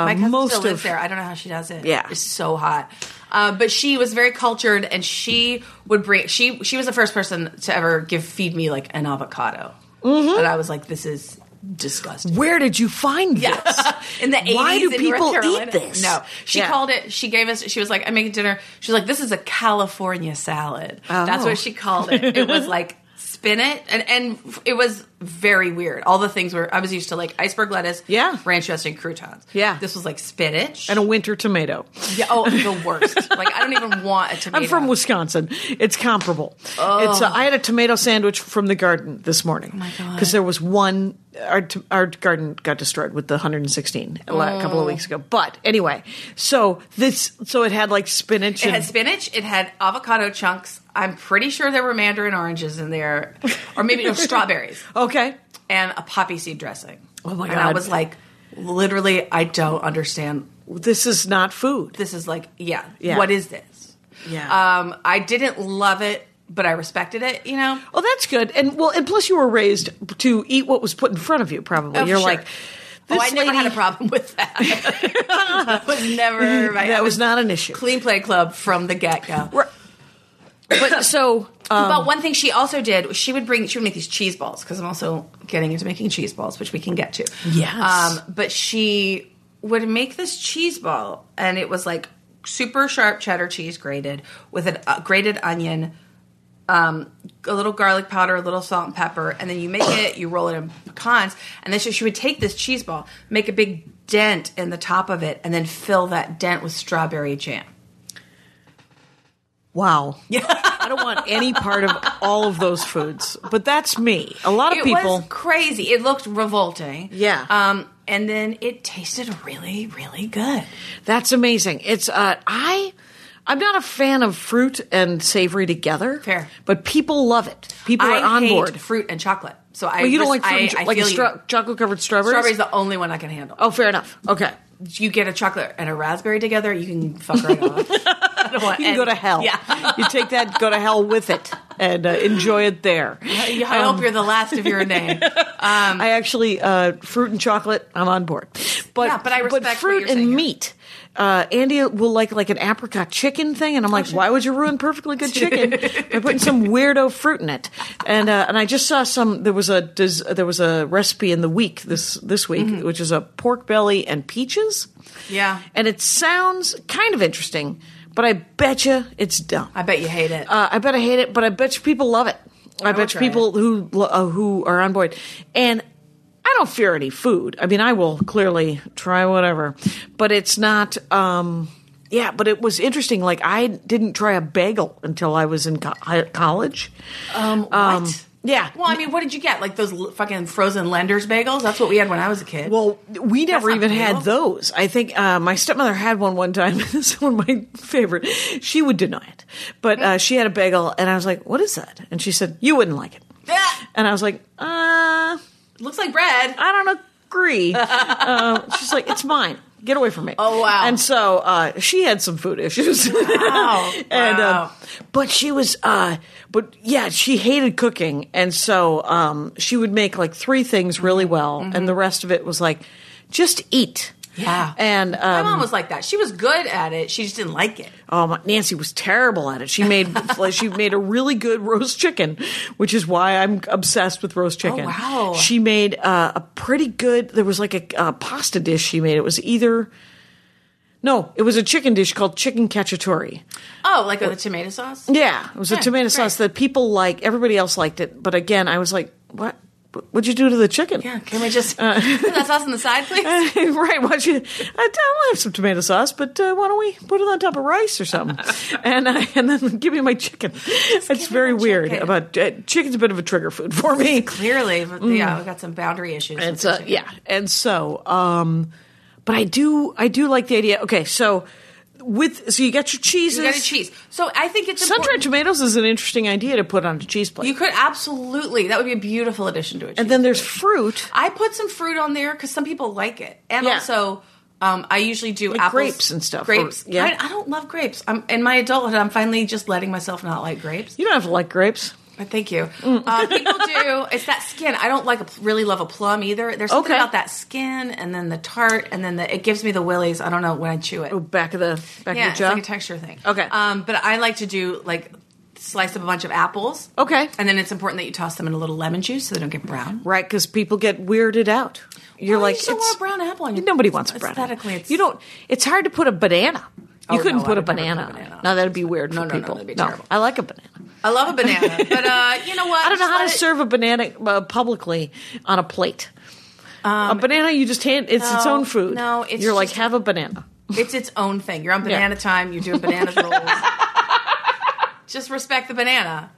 Speaker 4: my cousin
Speaker 3: Um, most
Speaker 4: still lives
Speaker 3: of-
Speaker 4: there. I don't know how she does it.
Speaker 3: Yeah.
Speaker 4: it's so hot. Uh, but she was very cultured, and she would bring. She she was the first person to ever give feed me like an avocado,
Speaker 3: Mm-hmm.
Speaker 4: and I was like, this is disgusting.
Speaker 3: Where did you find this?
Speaker 4: In the
Speaker 3: Why
Speaker 4: 80s
Speaker 3: do
Speaker 4: in North
Speaker 3: people
Speaker 4: Carolina.
Speaker 3: eat this?
Speaker 4: No, she
Speaker 3: Yeah.
Speaker 4: called it. She gave us. She was like, "I'm making dinner." She was like, "This is a California salad." That's
Speaker 3: Oh.
Speaker 4: what she called it. It was like spin it, and and it was very weird. All the things were. I was used to like iceberg lettuce,
Speaker 3: Yeah.
Speaker 4: ranch dressing, croutons.
Speaker 3: Yeah.
Speaker 4: this was like spinach
Speaker 3: and a winter tomato.
Speaker 4: yeah, oh, the worst. like I don't even want a tomato. Oh.
Speaker 3: I'm from Wisconsin. It's comparable. It's uh, I had a tomato sandwich from the garden this morning. Oh my
Speaker 4: God.
Speaker 3: Because there was one. Our t- our garden got destroyed with the 116 a lot- a couple of weeks ago. But anyway, so this so it had like spinach.
Speaker 4: It
Speaker 3: and,
Speaker 4: had spinach. It had avocado chunks. I'm pretty sure there were mandarin oranges in there, or maybe no strawberries
Speaker 3: okay.
Speaker 4: and a poppy seed dressing.
Speaker 3: Oh my
Speaker 4: And I
Speaker 3: God.
Speaker 4: was like, literally, I don't understand.
Speaker 3: This is not food.
Speaker 4: This is like, yeah,
Speaker 3: Yeah.
Speaker 4: what is this?
Speaker 3: yeah.
Speaker 4: Um, I didn't love it, but I respected it. You know,
Speaker 3: Well, that's good. And well, and plus you were raised to eat what was put in front of you. Probably
Speaker 4: Oh,
Speaker 3: you're
Speaker 4: sure.
Speaker 3: like,
Speaker 4: Oh, I
Speaker 3: This
Speaker 4: never had a
Speaker 3: lady-
Speaker 4: problem with that. that was never my
Speaker 3: that was not an issue.
Speaker 4: clean play club from the get go.
Speaker 3: But so um,
Speaker 4: but one thing she also did was she would bring she would make these cheese balls because I'm also getting into making cheese balls, which we can get to.
Speaker 3: Yes.
Speaker 4: Um, but she would make this cheese ball, and it was like super sharp cheddar cheese grated with a uh, grated onion. Um, a little garlic powder, a little salt and pepper, and then you make it. You roll it in pecans, and then so she would take this cheese ball, make a big dent in the top of it, and then fill that dent with strawberry jam.
Speaker 3: wow, I don't want any part of all of those foods. But that's me. A lot of
Speaker 4: it
Speaker 3: people.
Speaker 4: was crazy. It looked revolting.
Speaker 3: Yeah.
Speaker 4: Um, and then it tasted really, really good.
Speaker 3: That's amazing. It's uh, I. I'm not a fan of fruit and savory together.
Speaker 4: Fair.
Speaker 3: but people love it. People
Speaker 4: I
Speaker 3: are on
Speaker 4: hate
Speaker 3: board.
Speaker 4: fruit and chocolate. So I
Speaker 3: But you don't
Speaker 4: res-
Speaker 3: like fruit,
Speaker 4: I-
Speaker 3: and,
Speaker 4: I
Speaker 3: like a
Speaker 4: feel you.
Speaker 3: stra- chocolate covered strawberries.
Speaker 4: Strawberry's the only one I can handle.
Speaker 3: Oh, fair enough. Okay.
Speaker 4: You get a chocolate and a raspberry together, you can fuck right off. I don't want
Speaker 3: You can go
Speaker 4: any-
Speaker 3: to hell.
Speaker 4: Yeah.
Speaker 3: you take that, go to hell with it, and uh, enjoy it there.
Speaker 4: I
Speaker 3: Um,
Speaker 4: hope you're the last of your name.
Speaker 3: I actually uh, fruit and chocolate. I'm on board. But
Speaker 4: Yeah, but I respect what
Speaker 3: fruit
Speaker 4: you're
Speaker 3: and
Speaker 4: saying here.
Speaker 3: meat. Uh, Andy will like like an apricot chicken thing, and I'm
Speaker 4: Oh,
Speaker 3: like, why would you ruin perfectly good chicken by putting some weirdo fruit in it? And uh, and I just saw some. There was a des- there was a recipe in the week this this week, which is a pork belly and peaches.
Speaker 4: Mm-hmm. Yeah.
Speaker 3: and it sounds kind of interesting, but I bet you it's dumb.
Speaker 4: I bet you hate it.
Speaker 3: Uh, I bet I hate it, but I bet you people love it. I,
Speaker 4: will
Speaker 3: bet you
Speaker 4: try
Speaker 3: people who lo- uh, who are on board, and I don't fear any food. I mean, I will clearly try whatever, but it's not. Um, yeah, but it was interesting. Like I didn't try a bagel until I was in co- hi- college.
Speaker 4: um, what?
Speaker 3: yeah.
Speaker 4: Well, I mean, what did you get? Like those l- fucking frozen Lenders bagels? That's what we had when I was a kid.
Speaker 3: Well, we never
Speaker 4: not
Speaker 3: even had
Speaker 4: bagel.
Speaker 3: those. I think uh, my stepmother had one one time. this is one of my favorite. She would deny it, but uh, she had a bagel, and I was like, "What is that?" And she said, "You wouldn't like it."
Speaker 4: Ah,
Speaker 3: And I was like, uh,
Speaker 4: looks like bread.
Speaker 3: I don't agree. uh, she's like, it's mine. Get away from me.
Speaker 4: Oh, wow.
Speaker 3: And so uh, she had some food issues.
Speaker 4: Wow.
Speaker 3: and
Speaker 4: Wow.
Speaker 3: um, but she was uh, but yeah, she hated cooking, and so um, she would make like three things really
Speaker 4: Mm-hmm.
Speaker 3: well, and the rest of it was like, just eat.
Speaker 4: Yeah.
Speaker 3: And um,
Speaker 4: My mom was like that. She was good at it. She just didn't like it.
Speaker 3: Oh, my, Nancy was terrible at it. She made like, she made a really good roast chicken, which is why I'm obsessed with roast chicken.
Speaker 4: Oh, wow.
Speaker 3: She made uh, a pretty good. There was like a, a pasta dish she made. It was either no, it was a chicken dish called chicken cacciatore.
Speaker 4: Oh, like with the tomato sauce?
Speaker 3: Yeah, it was a
Speaker 4: Yeah,
Speaker 3: tomato
Speaker 4: great.
Speaker 3: sauce that people like. Everybody else liked it, but again, I was like, what? What'd you do to the chicken?
Speaker 4: Yeah, can we just put that sauce on the side, please?
Speaker 3: right. Why don't you? uh, I don't have some tomato sauce, but uh, why don't we put it on top of rice or something? and I, and then give me my chicken. it's
Speaker 4: give me
Speaker 3: very
Speaker 4: my
Speaker 3: weird.
Speaker 4: chicken.
Speaker 3: About uh, chicken's a bit of a trigger food for me.
Speaker 4: Clearly, but yeah, we got some boundary issues. with
Speaker 3: It's
Speaker 4: the
Speaker 3: uh,
Speaker 4: chicken.
Speaker 3: yeah, and so, um, but I do I do like the idea. Okay, so with so you got your cheeses.
Speaker 4: You got a cheese. So I think it's
Speaker 3: Sun dried
Speaker 4: important.
Speaker 3: tomatoes is an interesting idea to put on a cheese plate.
Speaker 4: You could absolutely. That would be a beautiful addition to a cheese.
Speaker 3: and then there's fruit,
Speaker 4: I put some fruit on there because some people like it, and
Speaker 3: Yeah.
Speaker 4: also um, I usually do apples,
Speaker 3: grapes and stuff, or-
Speaker 4: Grapes.
Speaker 3: yeah.
Speaker 4: I, I don't love grapes. I'm in my adulthood. I'm finally just letting myself not like grapes.
Speaker 3: you don't have to like grapes.
Speaker 4: But thank you.
Speaker 3: Mm.
Speaker 4: Uh, people do. It's that skin. I don't like a, really love a plum either. There's something
Speaker 3: Okay.
Speaker 4: about that skin, and then the tart, and then the, it gives me the willies. I don't know when I chew it.
Speaker 3: Back of the back
Speaker 4: yeah,
Speaker 3: of
Speaker 4: it's
Speaker 3: the jaw.
Speaker 4: like a texture thing.
Speaker 3: Oh, Okay.
Speaker 4: Um, but I like to do like slice up a bunch of apples.
Speaker 3: Okay.
Speaker 4: And then it's important that you toss them in a little lemon juice so they don't get brown.
Speaker 3: Right, because people get weirded out. You're
Speaker 4: Why
Speaker 3: like,
Speaker 4: you don't
Speaker 3: it's-
Speaker 4: want a brown apple on your-
Speaker 3: Nobody wants a
Speaker 4: it's
Speaker 3: brown
Speaker 4: aesthetically,
Speaker 3: apple.
Speaker 4: it's-
Speaker 3: You don't. It's hard to put a banana. You
Speaker 4: Oh,
Speaker 3: couldn't
Speaker 4: no,
Speaker 3: put
Speaker 4: I
Speaker 3: a
Speaker 4: would never put a
Speaker 3: banana.
Speaker 4: banana on
Speaker 3: No, that'd
Speaker 4: it.
Speaker 3: be weird
Speaker 4: No,
Speaker 3: for
Speaker 4: no, no,
Speaker 3: people.
Speaker 4: that'd be terrible.
Speaker 3: I like a banana.
Speaker 4: I love a banana, but uh, you know what?
Speaker 3: I don't know
Speaker 4: Just
Speaker 3: how
Speaker 4: let
Speaker 3: to
Speaker 4: it-
Speaker 3: serve a banana uh, publicly on a plate. a banana, you just hand. It's its
Speaker 4: Um, no,
Speaker 3: own food.
Speaker 4: no, it's
Speaker 3: you're like
Speaker 4: just-
Speaker 3: have a banana.
Speaker 4: It's its own thing. You're on banana time. You're doing banana rolls. Just respect the banana.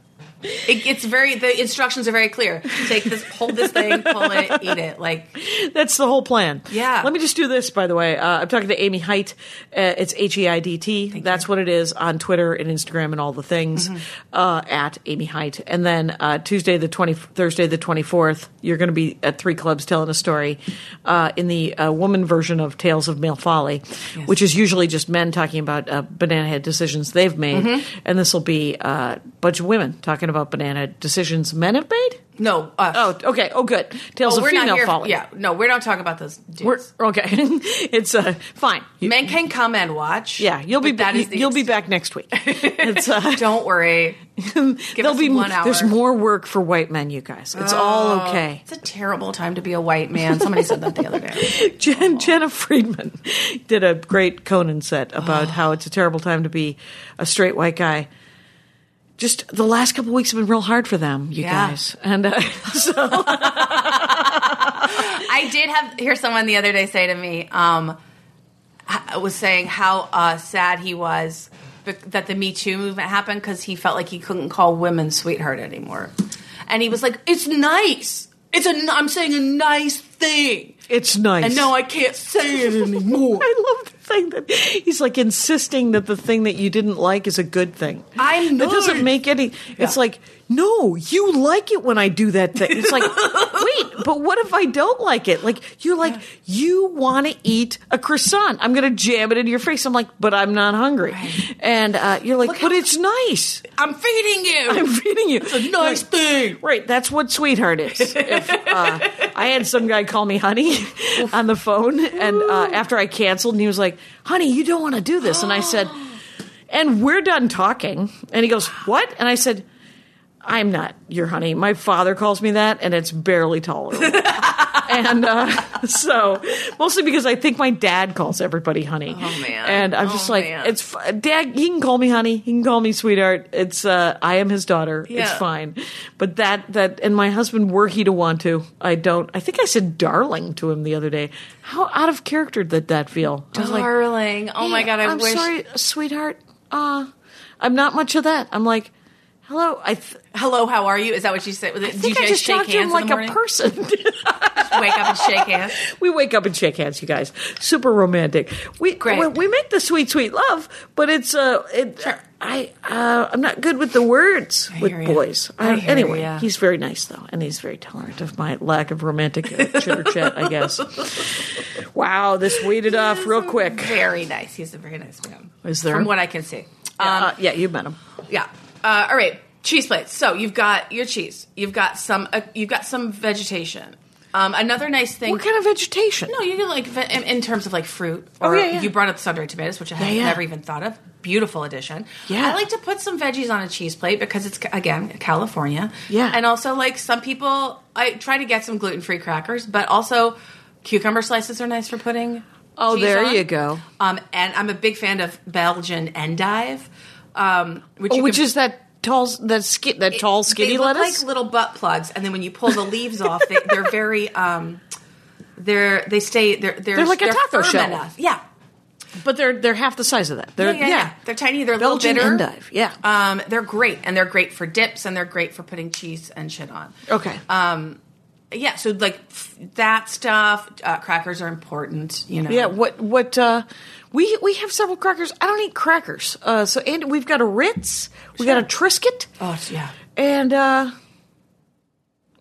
Speaker 4: It, it's very. The instructions are very clear. Take this, hold this thing, pull it, eat it. Like
Speaker 3: That's the whole plan.
Speaker 4: Yeah.
Speaker 3: Let me just do this, by the way. Uh, I'm talking to Amy Height. Uh, it's H E I D T. That's what it is on Twitter and Instagram and all the things
Speaker 4: Mm-hmm.
Speaker 3: uh, at Amy Height. And then uh, Tuesday, the 20, Thursday, the 24th, you're going to be at three clubs telling a story uh, in the uh, woman version of Tales of Male Folly, which is usually just men talking about uh, banana head decisions
Speaker 4: Mm-hmm.
Speaker 3: they've made. And this will be uh, a bunch of women talking about banana decisions men have made.
Speaker 4: No, us.
Speaker 3: Oh, okay. Oh, good. Tales
Speaker 4: Oh,
Speaker 3: of female folly.
Speaker 4: Yeah, no, we don't talk about those dudes.
Speaker 3: We're, okay. it's uh, fine. You-
Speaker 4: Men can come and watch.
Speaker 3: yeah, you'll be
Speaker 4: but that
Speaker 3: back.
Speaker 4: is the
Speaker 3: You'll be back next week. It's, uh,
Speaker 4: Don't worry.
Speaker 3: there'll
Speaker 4: us
Speaker 3: be
Speaker 4: one
Speaker 3: there's
Speaker 4: hour. Oh.
Speaker 3: more work for white men, you guys. It's all okay.
Speaker 4: It's a terrible time to be a white man. Somebody said that the other day.
Speaker 3: Jen, Jenna Friedman did a great Conan set
Speaker 4: Oh.
Speaker 3: about how it's a terrible time to be a straight white guy. Just the last couple weeks have been real hard for them, you
Speaker 4: Yeah.
Speaker 3: guys. And uh, so,
Speaker 4: I did have hear someone the other day say to me, um, h- was saying how uh, sad he was be- that the Me Too movement happened because he felt like he couldn't call women sweetheart anymore, and he was like, "It's nice. It's a. n- I'm saying a nice thing,
Speaker 3: it's nice.
Speaker 4: and no, I can't say it anymore."
Speaker 3: I love the thing that he's like insisting that the thing that you didn't like is a good thing.
Speaker 4: I know.
Speaker 3: That doesn't make any. It's
Speaker 4: Yeah.
Speaker 3: like, no, you like it when I do that thing. It's like, wait, but what if I don't like it? Like, you're like, you want to eat a croissant. I'm going to jam it into your face. I'm like, but I'm not hungry. And uh, you're like, but it's nice.
Speaker 4: I'm feeding you.
Speaker 3: I'm feeding you.
Speaker 4: It's a nice thing.
Speaker 3: Right, that's what sweetheart is. If, uh, I had some guy call me honey on the phone, and uh, after I canceled, and he was like, "Honey, you don't want to do this," and I said, "And we're done talking." And he goes, "What?" And I said, "I'm not your honey. My father calls me that, and it's barely tolerable." and uh, so, mostly because I think my dad calls everybody honey.
Speaker 4: Oh, man.
Speaker 3: And I'm just
Speaker 4: Oh,
Speaker 3: like,
Speaker 4: man.
Speaker 3: it's it's f- dad he can call me honey he can call me sweetheart it's uh i am his daughter it's
Speaker 4: Yeah.
Speaker 3: fine but that that and my husband were he to want to i don't i think i said darling to him the other day how out of character did that feel I was like,
Speaker 4: Darling, oh my
Speaker 3: "Hey,
Speaker 4: god, I
Speaker 3: I'm
Speaker 4: wish.
Speaker 3: sorry sweetheart uh i'm not much of that i'm like hello i, th-
Speaker 4: Hello, how are you? Is that what you said?
Speaker 3: I
Speaker 4: Did you
Speaker 3: think i
Speaker 4: guys
Speaker 3: just
Speaker 4: shake
Speaker 3: talked to him
Speaker 4: hands
Speaker 3: like
Speaker 4: in the
Speaker 3: a
Speaker 4: morning?
Speaker 3: person
Speaker 4: Wake up and shake hands.
Speaker 3: we wake up and shake hands, you guys. Super romantic. We
Speaker 4: Great.
Speaker 3: We, we make the sweet, sweet love, but it's uh, it. I uh, I'm not good with the words with
Speaker 4: hear ya.
Speaker 3: boys.
Speaker 4: I
Speaker 3: Uh,
Speaker 4: hear
Speaker 3: anyway,
Speaker 4: ya.
Speaker 3: he's very nice though, and he's very tolerant of my lack of romantic chitter chat. I guess. Wow, this weeded off real quick.
Speaker 4: Very nice. He's a very nice man.
Speaker 3: Is there?
Speaker 4: From what I can see. Um,
Speaker 3: Uh, yeah, you met him.
Speaker 4: yeah. Uh, all right. Cheese plates. So you've got your cheese. You've got some. Uh, you've got some vegetation. Um, another nice thing.
Speaker 3: What kind of vegetation?
Speaker 4: no, you can like ve- in, in terms of like fruit. Or
Speaker 3: yeah, yeah.
Speaker 4: you brought up sundry tomatoes, which I had
Speaker 3: yeah.
Speaker 4: never even thought of. Beautiful addition.
Speaker 3: Yeah.
Speaker 4: I like to put some veggies on a cheese plate because it's again California.
Speaker 3: Yeah.
Speaker 4: And also like some people, I try to get some gluten free crackers, but also cucumber slices are nice for putting.
Speaker 3: Oh,
Speaker 4: cheese
Speaker 3: there
Speaker 4: on.
Speaker 3: you go.
Speaker 4: Um, and I'm a big fan of Belgian endive, um, which
Speaker 3: Oh,
Speaker 4: you
Speaker 3: which
Speaker 4: can-
Speaker 3: is that tall, that ski, that tall skinny
Speaker 4: they look
Speaker 3: lettuce.
Speaker 4: like little butt plugs, and then when you pull the leaves off, they, they're very um, they're they stay they're they're,
Speaker 3: They're like a taco
Speaker 4: firm
Speaker 3: shell.
Speaker 4: Enough. Yeah.
Speaker 3: but they're they're half the size of that.
Speaker 4: Yeah,
Speaker 3: They're,
Speaker 4: yeah, yeah, They're tiny. They're
Speaker 3: Belgian
Speaker 4: a little bitter.
Speaker 3: endive. Yeah.
Speaker 4: Um, they're great, and they're great for dips, and they're great for putting cheese and shit on.
Speaker 3: okay.
Speaker 4: um, Yeah, so like f- that stuff. Uh, crackers are important, you know.
Speaker 3: Yeah, what what uh we we have several crackers. I don't eat crackers. Uh so and we've got a Ritz, we got a Triscuit,
Speaker 4: Oh, yeah.
Speaker 3: and uh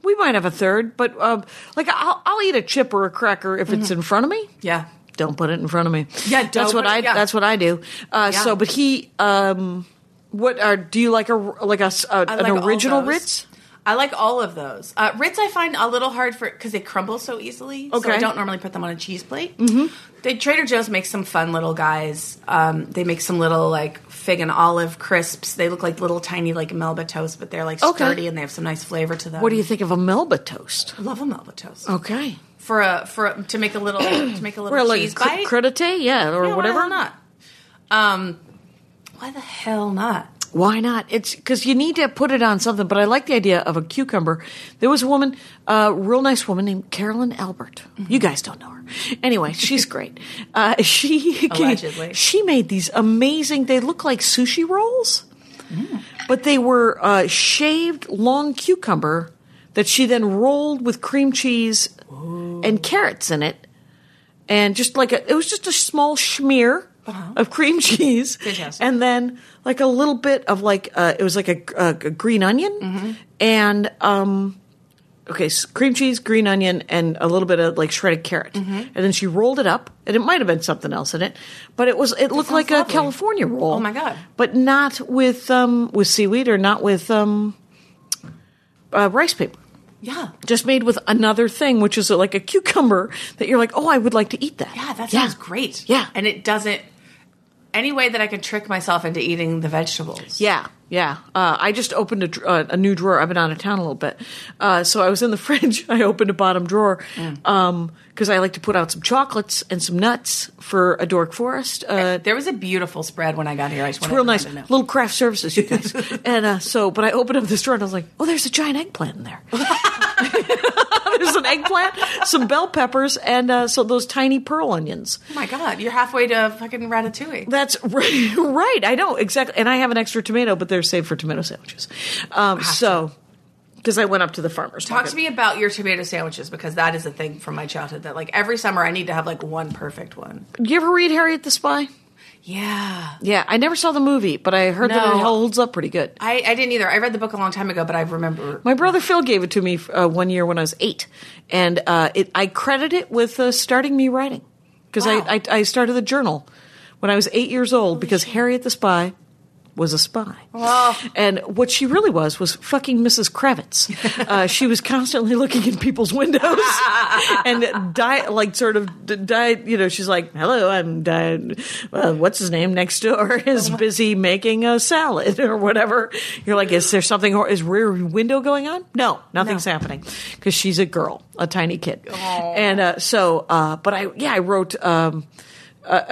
Speaker 3: we might have a third, but um like I'll I'll eat a chip or a cracker if
Speaker 4: Mm-hmm.
Speaker 3: it's in front of me.
Speaker 4: Yeah.
Speaker 3: Don't put it in front of me.
Speaker 4: Yeah,
Speaker 3: that's
Speaker 4: don't
Speaker 3: what
Speaker 4: put it-
Speaker 3: I
Speaker 4: yeah.
Speaker 3: that's what I do. Uh
Speaker 4: Yeah.
Speaker 3: so but he um what are do you like a like a, s- a-
Speaker 4: I
Speaker 3: an
Speaker 4: like all
Speaker 3: original
Speaker 4: those.
Speaker 3: Ritz?
Speaker 4: I like all of those. Uh, Ritz I find a little hard for because they crumble so easily. So
Speaker 3: Okay.
Speaker 4: I don't normally put them on a cheese plate. Mm-hmm. They, Trader Joe's makes some fun little guys. Um, they make some little like fig and olive crisps. They look like little tiny like Melba toast, but they're like
Speaker 3: Okay.
Speaker 4: sturdy and they have some nice flavor to them.
Speaker 3: What do you Oh. think of a Melba toast?
Speaker 4: I love a Melba toast
Speaker 3: Okay.
Speaker 4: for a for a, to make a little to make a
Speaker 3: Or
Speaker 4: little
Speaker 3: like
Speaker 4: cheese
Speaker 3: cr-
Speaker 4: bite?
Speaker 3: crudité, yeah, or
Speaker 4: Yeah,
Speaker 3: whatever.
Speaker 4: Why the hell not? Um, why the hell not?
Speaker 3: Why not? It's because you need to put it on something. But I like the idea of a cucumber. There was a woman, a real nice woman named Carolyn Albert. You guys don't know her. Anyway, she's great. Uh, she
Speaker 4: Allegedly.
Speaker 3: she made these amazing. They look like sushi rolls, but they were uh, shaved long cucumber that she then rolled with cream cheese and carrots in it, and just like a, it was just a small schmear of cream cheese,
Speaker 4: Uh-huh. Fantastic.
Speaker 3: and then like a little bit of like uh, it was like a, a, a green onion,
Speaker 4: Mm-hmm.
Speaker 3: and um, okay, s cream cheese, green onion, and a little bit of like shredded carrot,
Speaker 4: Mm-hmm.
Speaker 3: and then she rolled it up, and it might have been something else in it, but it was it looked
Speaker 4: sounds
Speaker 3: like a
Speaker 4: lovely.
Speaker 3: California roll.
Speaker 4: Oh, my God.
Speaker 3: But not with um with seaweed or not with um uh, rice paper.
Speaker 4: Yeah.
Speaker 3: Just made with another thing, which is like a cucumber that you're like, oh, I would like to eat that.
Speaker 4: Yeah, that sounds great.
Speaker 3: Yeah.
Speaker 4: And it doesn't any way that I could trick myself into eating the vegetables.
Speaker 3: Yeah, yeah. Uh, I just opened a, dr- uh, a new drawer. I've been out of town a little bit, uh, so I was in the fridge. I opened a bottom drawer because
Speaker 4: Mm.
Speaker 3: I like to put out some chocolates and some nuts for a dork forest. Uh,
Speaker 4: There was a beautiful spread when I got here. I just
Speaker 3: it's real nice,
Speaker 4: to know.
Speaker 3: little craft services, you guys. and uh, so, but I opened up this drawer and I was like, "Oh, there's a giant eggplant in there." there's an eggplant, some bell peppers, and uh, so those tiny pearl onions.
Speaker 4: Oh my god, you're halfway to fucking ratatouille.
Speaker 3: That's right. right. I know exactly. And I have an extra tomato, but they're saved for tomato sandwiches. Um, so, because I went up to the farmer's
Speaker 4: Talk
Speaker 3: market.
Speaker 4: to me about your tomato sandwiches because that is a thing from my childhood that like every summer I need to have like one perfect one.
Speaker 3: You ever read Harriet the Spy?
Speaker 4: Yeah.
Speaker 3: Yeah, I never saw the movie, but I heard that
Speaker 4: No.
Speaker 3: it holds up pretty good.
Speaker 4: I, I didn't either. I read the book a long time ago, but I remember
Speaker 3: My brother Phil gave it to me uh, one year when I was eight, and uh, it, I credit it with uh, starting me writing because
Speaker 4: Wow.
Speaker 3: I, I, I started the journal when I was eight years old because Harriet the Spy was a spy. And what she really was was fucking Mrs. Kravitz. uh, she was constantly looking in people's windows and di- like sort of d- di- you know she's like, "Hello, I'm di- uh, what's his name next door is busy making a salad or whatever." You're like, "Is there something or is rear window going on?" No, nothing's
Speaker 4: No.
Speaker 3: happening because she's a girl, a tiny kid. And uh, so uh, but I yeah, I wrote um uh,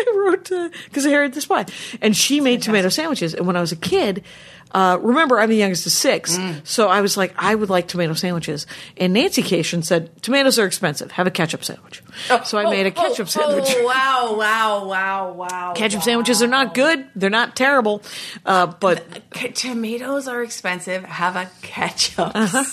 Speaker 3: I wrote because I Harriet the Spy, and she made tomato sandwiches. And when I was a kid, uh, remember I'm the youngest of six,
Speaker 4: Mm.
Speaker 3: so I was like, I would like tomato sandwiches. And Nancy Cation said tomatoes are expensive. Have a ketchup sandwich. so I made a ketchup sandwich.
Speaker 4: Oh, wow, wow, wow, wow.
Speaker 3: Ketchup
Speaker 4: wow.
Speaker 3: sandwiches are not good. They're not terrible, uh, but
Speaker 4: K- tomatoes are expensive. Have a ketchup.
Speaker 3: Uh-huh.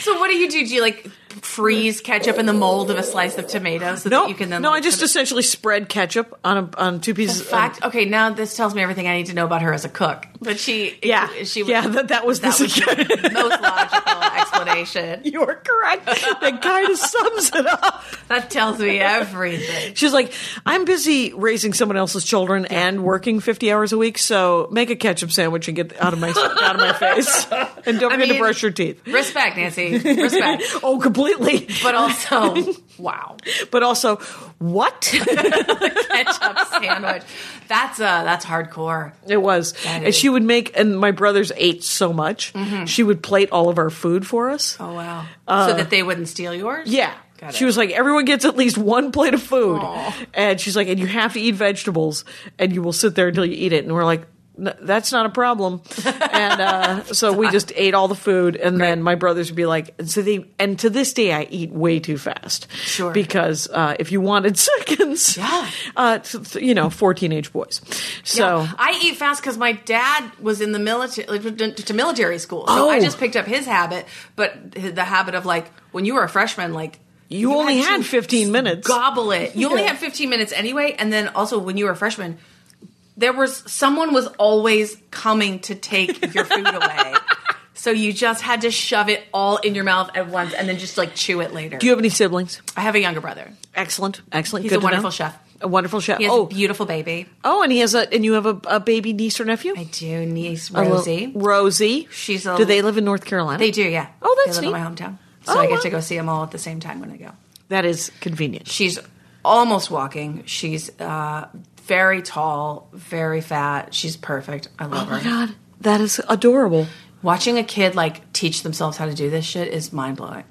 Speaker 4: so what do you do? Do you like freeze ketchup in the mold of a slice of tomato so
Speaker 3: no,
Speaker 4: that you can then?
Speaker 3: no.
Speaker 4: like,
Speaker 3: I just
Speaker 4: put it-
Speaker 3: essentially spread ketchup on a, on two pieces.
Speaker 4: In fact. Okay, now this tells me everything I need to know about her as a cook. But she,
Speaker 3: Yeah.
Speaker 4: she,
Speaker 3: Yeah, that- that was
Speaker 4: that
Speaker 3: the
Speaker 4: was the most logical explanation.
Speaker 3: you are correct. that kind of sums it up.
Speaker 4: That tells me everything.
Speaker 3: She's like, I'm busy raising someone else's children and working 50 hours a week, so make a ketchup sandwich and get out of my out of my face, and don't
Speaker 4: I
Speaker 3: forget to
Speaker 4: mean-
Speaker 3: brush your teeth.
Speaker 4: Respect, Nancy. Respect.
Speaker 3: Oh, completely.
Speaker 4: But also, wow.
Speaker 3: But also, what
Speaker 4: ketchup sandwich. That's uh that's hardcore.
Speaker 3: it was,
Speaker 4: That
Speaker 3: and
Speaker 4: is- Mm-hmm.
Speaker 3: she would make, and my brothers ate so much, she would plate all of our food for us.
Speaker 4: Oh wow.
Speaker 3: Uh,
Speaker 4: so that they wouldn't steal yours?
Speaker 3: Yeah.
Speaker 4: Got
Speaker 3: She
Speaker 4: it.
Speaker 3: was like, everyone gets at least one plate of food.
Speaker 4: Aw.
Speaker 3: And she's like, and you have to eat vegetables and you will sit there until you eat it. And we're like, "N- that's not a problem. And uh, so we just ate all the food. And then my brothers would be like, and so they, and to this day, I eat way too fast.
Speaker 4: Sure.
Speaker 3: Because uh, if you wanted seconds,
Speaker 4: Yeah.
Speaker 3: uh, t- t- you know, four teenage boys. So.
Speaker 4: Yeah. I eat fast because my dad was in the military, like, to to military school. So I
Speaker 3: Oh.
Speaker 4: just picked up his habit, but the habit of like when you were a freshman, like
Speaker 3: You only had
Speaker 4: to
Speaker 3: 15 minutes.
Speaker 4: Gobble it. You only
Speaker 3: Yeah.
Speaker 4: had 15 minutes anyway, and then also when you were a freshman, there was someone was always coming to take your food away. So you just had to shove it all in your mouth at once, and then just like chew it later.
Speaker 3: Do you have any siblings?
Speaker 4: I have a younger brother.
Speaker 3: Excellent, excellent.
Speaker 4: He's
Speaker 3: Good
Speaker 4: a
Speaker 3: to know.
Speaker 4: wonderful chef.
Speaker 3: A wonderful chef.
Speaker 4: He has
Speaker 3: oh,
Speaker 4: a beautiful baby.
Speaker 3: Oh, and he has a and you have a, a baby niece or nephew?
Speaker 4: I do. Niece
Speaker 3: A little-
Speaker 4: Rosie.
Speaker 3: Rosie.
Speaker 4: She's a-
Speaker 3: Do they live in North Carolina?
Speaker 4: they do, yeah.
Speaker 3: Oh, that's
Speaker 4: they live in my
Speaker 3: neat.
Speaker 4: hometown, so
Speaker 3: Oh,
Speaker 4: I get
Speaker 3: wow.
Speaker 4: to go see them all at the same time when I go.
Speaker 3: That is convenient.
Speaker 4: She's almost walking. She's uh, very tall, very fat. She's perfect. I love
Speaker 3: Oh my
Speaker 4: her.
Speaker 3: god. That is adorable.
Speaker 4: Watching a kid like teach themselves how to do this shit is mind blowing.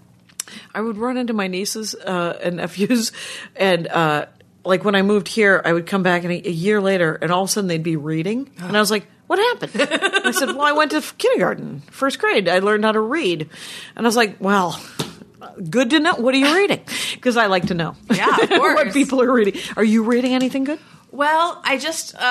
Speaker 3: I would run into my nieces uh, and nephews, and uh, like when I moved here, I would come back and a, a year later, and all of a sudden they'd be reading, and I was like, "What happened?" And I said, "Well, I went to f- kindergarten, first grade. I learned how to read," and I was like, "Well." Good to know. What are you reading? Because I like to know.
Speaker 4: Yeah, of
Speaker 3: what
Speaker 4: course.
Speaker 3: people are reading. Are you reading anything good?
Speaker 4: Well, I just um,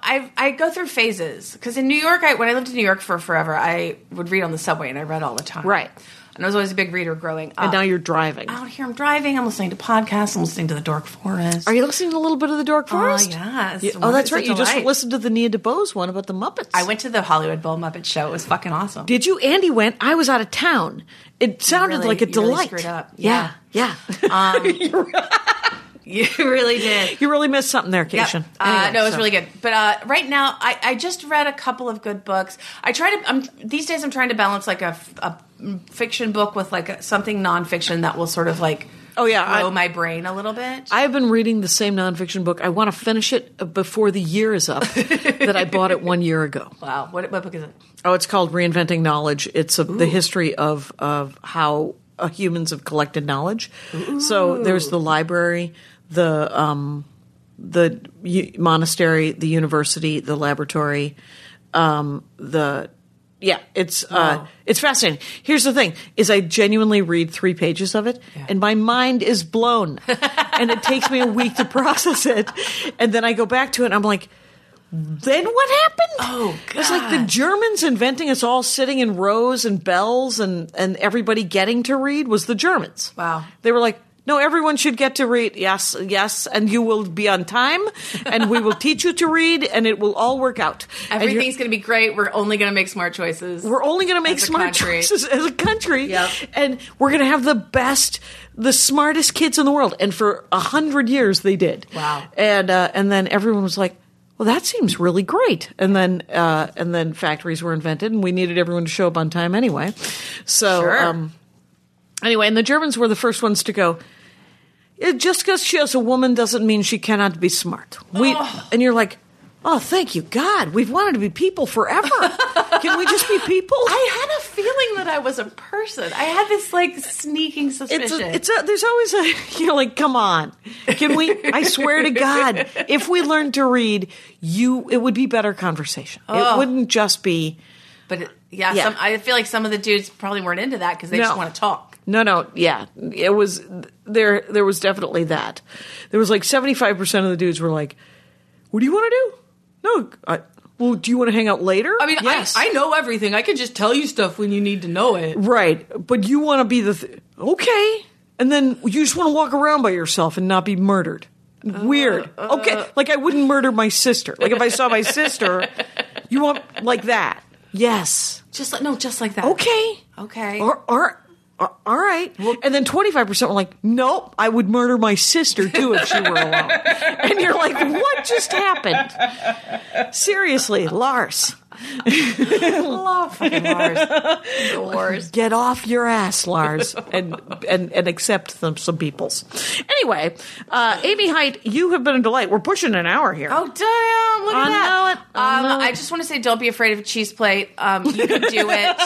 Speaker 4: I I go through phases because in New York, I when I lived in New York for forever, I would read on the subway and I read all the time.
Speaker 3: Right.
Speaker 4: And I was always a big reader growing up.
Speaker 3: And now you're driving.
Speaker 4: out here. I'm driving. I'm listening to podcasts. I'm listening to the Dork Forest.
Speaker 3: Are you listening to a little bit of the Dork Forest?
Speaker 4: Oh, yes.
Speaker 3: You-
Speaker 4: Well,
Speaker 3: oh, that's
Speaker 4: it's a
Speaker 3: right. You just
Speaker 4: delight.
Speaker 3: listened to the Nia DeBose one about the Muppets.
Speaker 4: I went to the Hollywood Bowl Muppet Show. It was fucking awesome.
Speaker 3: Did you? Andy went. I was out of town. It sounded
Speaker 4: really-
Speaker 3: like a
Speaker 4: you really
Speaker 3: delight.
Speaker 4: Uh, screwed up.
Speaker 3: Yeah, yeah.
Speaker 4: You really did.
Speaker 3: You really missed something there,
Speaker 4: Yep.
Speaker 3: Cation.
Speaker 4: Uh,
Speaker 3: Anyway,
Speaker 4: no, it's
Speaker 3: so-
Speaker 4: really good. But uh, right now, I, I just read a couple of good books. I try to. I'm these days. I'm trying to balance like a, f- a fiction book with like a, something nonfiction that will sort of like
Speaker 3: Oh, yeah,
Speaker 4: grow
Speaker 3: I-
Speaker 4: my brain a little bit.
Speaker 3: I have been reading the same nonfiction book. I want to finish it uh, before the year is up that I bought it one year ago.
Speaker 4: wow, what, what book is it?
Speaker 3: Oh, it's called Reinventing Knowledge. It's a, the history of of how uh, humans have collected knowledge. So there's the library, the um, the u- monastery, the university, the laboratory, um, the yeah, it's uh, it's fascinating. Here's the thing: is I genuinely read three pages of it, and my mind is blown, and it takes me a week to process it, and then I go back to it, and I'm like, then what happened?
Speaker 4: Oh,
Speaker 3: It's like the
Speaker 4: God.
Speaker 3: Germans inventing us all sitting in rows and bells, and and everybody getting to read was the Germans.
Speaker 4: Wow.
Speaker 3: they were like. No, everyone should get to read. Yes, yes, and you will be on time, and we will teach you to read, and it will all work out. And you're-
Speaker 4: Everything's going to be great. We're only going to make smart choices.
Speaker 3: we're only going to make
Speaker 4: As a
Speaker 3: smart
Speaker 4: country.
Speaker 3: choices as a country,
Speaker 4: Yep.
Speaker 3: and we're going to have the best, the smartest kids in the world. And for a hundred years, they did.
Speaker 4: Wow.
Speaker 3: And uh, and then everyone was like, "Well, that seems really great." And then uh, and then factories were invented, and we needed everyone to show up on time anyway. So
Speaker 4: Sure.
Speaker 3: um, anyway, and the Germans were the first ones to go. "Yeah, just because she is a woman doesn't mean she cannot be smart. We and you're like, oh, thank you God, we've wanted to be people forever. Can we just be people?
Speaker 4: I had a feeling that I was a person. I had this like sneaking suspicion.
Speaker 3: it's a, it's a, there's always a you're like come on can we i swear to god if we learned to read you it would be better conversation it wouldn't just be
Speaker 4: but it- yeah,
Speaker 3: Yeah.
Speaker 4: Some, I feel like some of the dudes probably weren't into that because they
Speaker 3: No.
Speaker 4: just want to talk.
Speaker 3: No, no, yeah, it was there. There was definitely that. There was like seventy five percent of the dudes were like, "What do you want to do?" No, I, well, do you want to hang out later?
Speaker 4: I mean,
Speaker 3: yes,
Speaker 4: I, I know everything. I can just tell you stuff when you need to know it.
Speaker 3: right, but you want to be the th- okay, and then you just want to walk around by yourself and not be murdered. Weird.
Speaker 4: Uh,
Speaker 3: okay, like I wouldn't murder my sister. Like if I saw my sister, you want like that? Yes.
Speaker 4: Just like no, just like that.
Speaker 3: Okay.
Speaker 4: Okay.
Speaker 3: Or, or, or- all right. and then 25% were like, nope, I would murder my sister too if she were alone. and you're like, what just happened? Seriously, Lars,
Speaker 4: love fucking Lars. the worst.
Speaker 3: get off your ass, Lars, and, and, and accept some, some people's. Anyway, uh, Amy Height, you have been a delight. We're pushing an hour here.
Speaker 4: Oh damn! Look at
Speaker 3: I know it.
Speaker 4: that.
Speaker 3: I
Speaker 4: um,
Speaker 3: know
Speaker 4: I
Speaker 3: it.
Speaker 4: just want to say, don't be afraid of a cheese plate. Um, you can do it.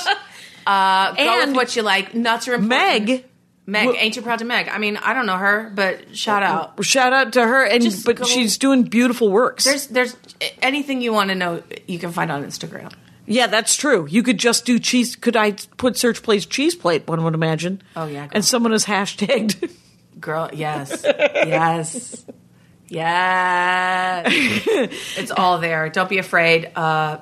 Speaker 4: Uh, go
Speaker 3: And
Speaker 4: with what you like. Nuts are important.
Speaker 3: Meg.
Speaker 4: Meg,
Speaker 3: Well-
Speaker 4: ain't you proud to Meg? I mean, I don't know her, but shout
Speaker 3: Oh.
Speaker 4: out.
Speaker 3: Shout out to her, and
Speaker 4: Just
Speaker 3: but
Speaker 4: go-
Speaker 3: she's doing beautiful works.
Speaker 4: There's, there's anything you want to know, you can find on Instagram.
Speaker 3: Yeah, that's true. You could just do cheese. Could I put search place cheese plate? One would imagine.
Speaker 4: Oh, yeah, girl.
Speaker 3: and someone has hashtagged.
Speaker 4: Girl, yes, yes, yes. it's all there. Don't be afraid. Uh,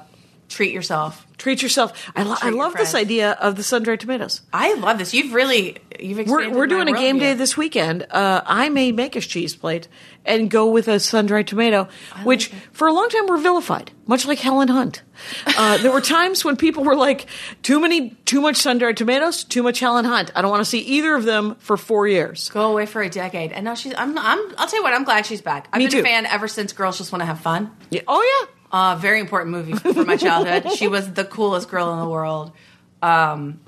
Speaker 4: treat yourself.
Speaker 3: Treat yourself. I, lo- I
Speaker 4: Treat your
Speaker 3: love this
Speaker 4: friends.
Speaker 3: idea of the sun dried tomatoes.
Speaker 4: I love this. You've really, you've.
Speaker 3: We're,
Speaker 4: expanded
Speaker 3: we're
Speaker 4: my
Speaker 3: doing a game
Speaker 4: worldview.
Speaker 3: day this weekend. Uh, I may make a cheese plate and go with a sun dried tomato, which for a long time were vilified, much like Helen Hunt. Uh, there were times when people were like, "Too many, too much sun dried tomatoes, too much Helen Hunt." I don't want to see either of them for four years.
Speaker 4: go away for a decade. And now she's. I'm. I'm. I'll tell you what. I'm glad she's back. I've
Speaker 3: Me
Speaker 4: been
Speaker 3: too.
Speaker 4: a fan ever since Girls Just Want to Have Fun.
Speaker 3: Yeah. Oh yeah.
Speaker 4: Uh, very important movie for my childhood. she was the coolest girl in the world. Um,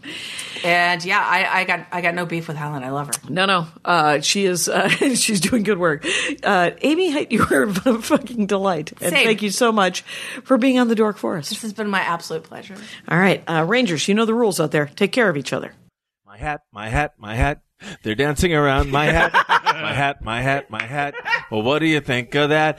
Speaker 4: and yeah, I, I got I got no beef with Helen. I love her.
Speaker 3: No, no. Uh, she is. Uh, she's doing good work. Uh, Amy, Height, you are a fucking delight, and
Speaker 4: Same.
Speaker 3: thank you so much for being on the Dork Forest.
Speaker 4: This has been my absolute pleasure.
Speaker 3: All right, uh, Rangers, you know the rules out there. Take care of each other.
Speaker 5: My hat, my hat, my hat. They're dancing around my hat, my hat, my hat, my hat. Well, what do you think of that?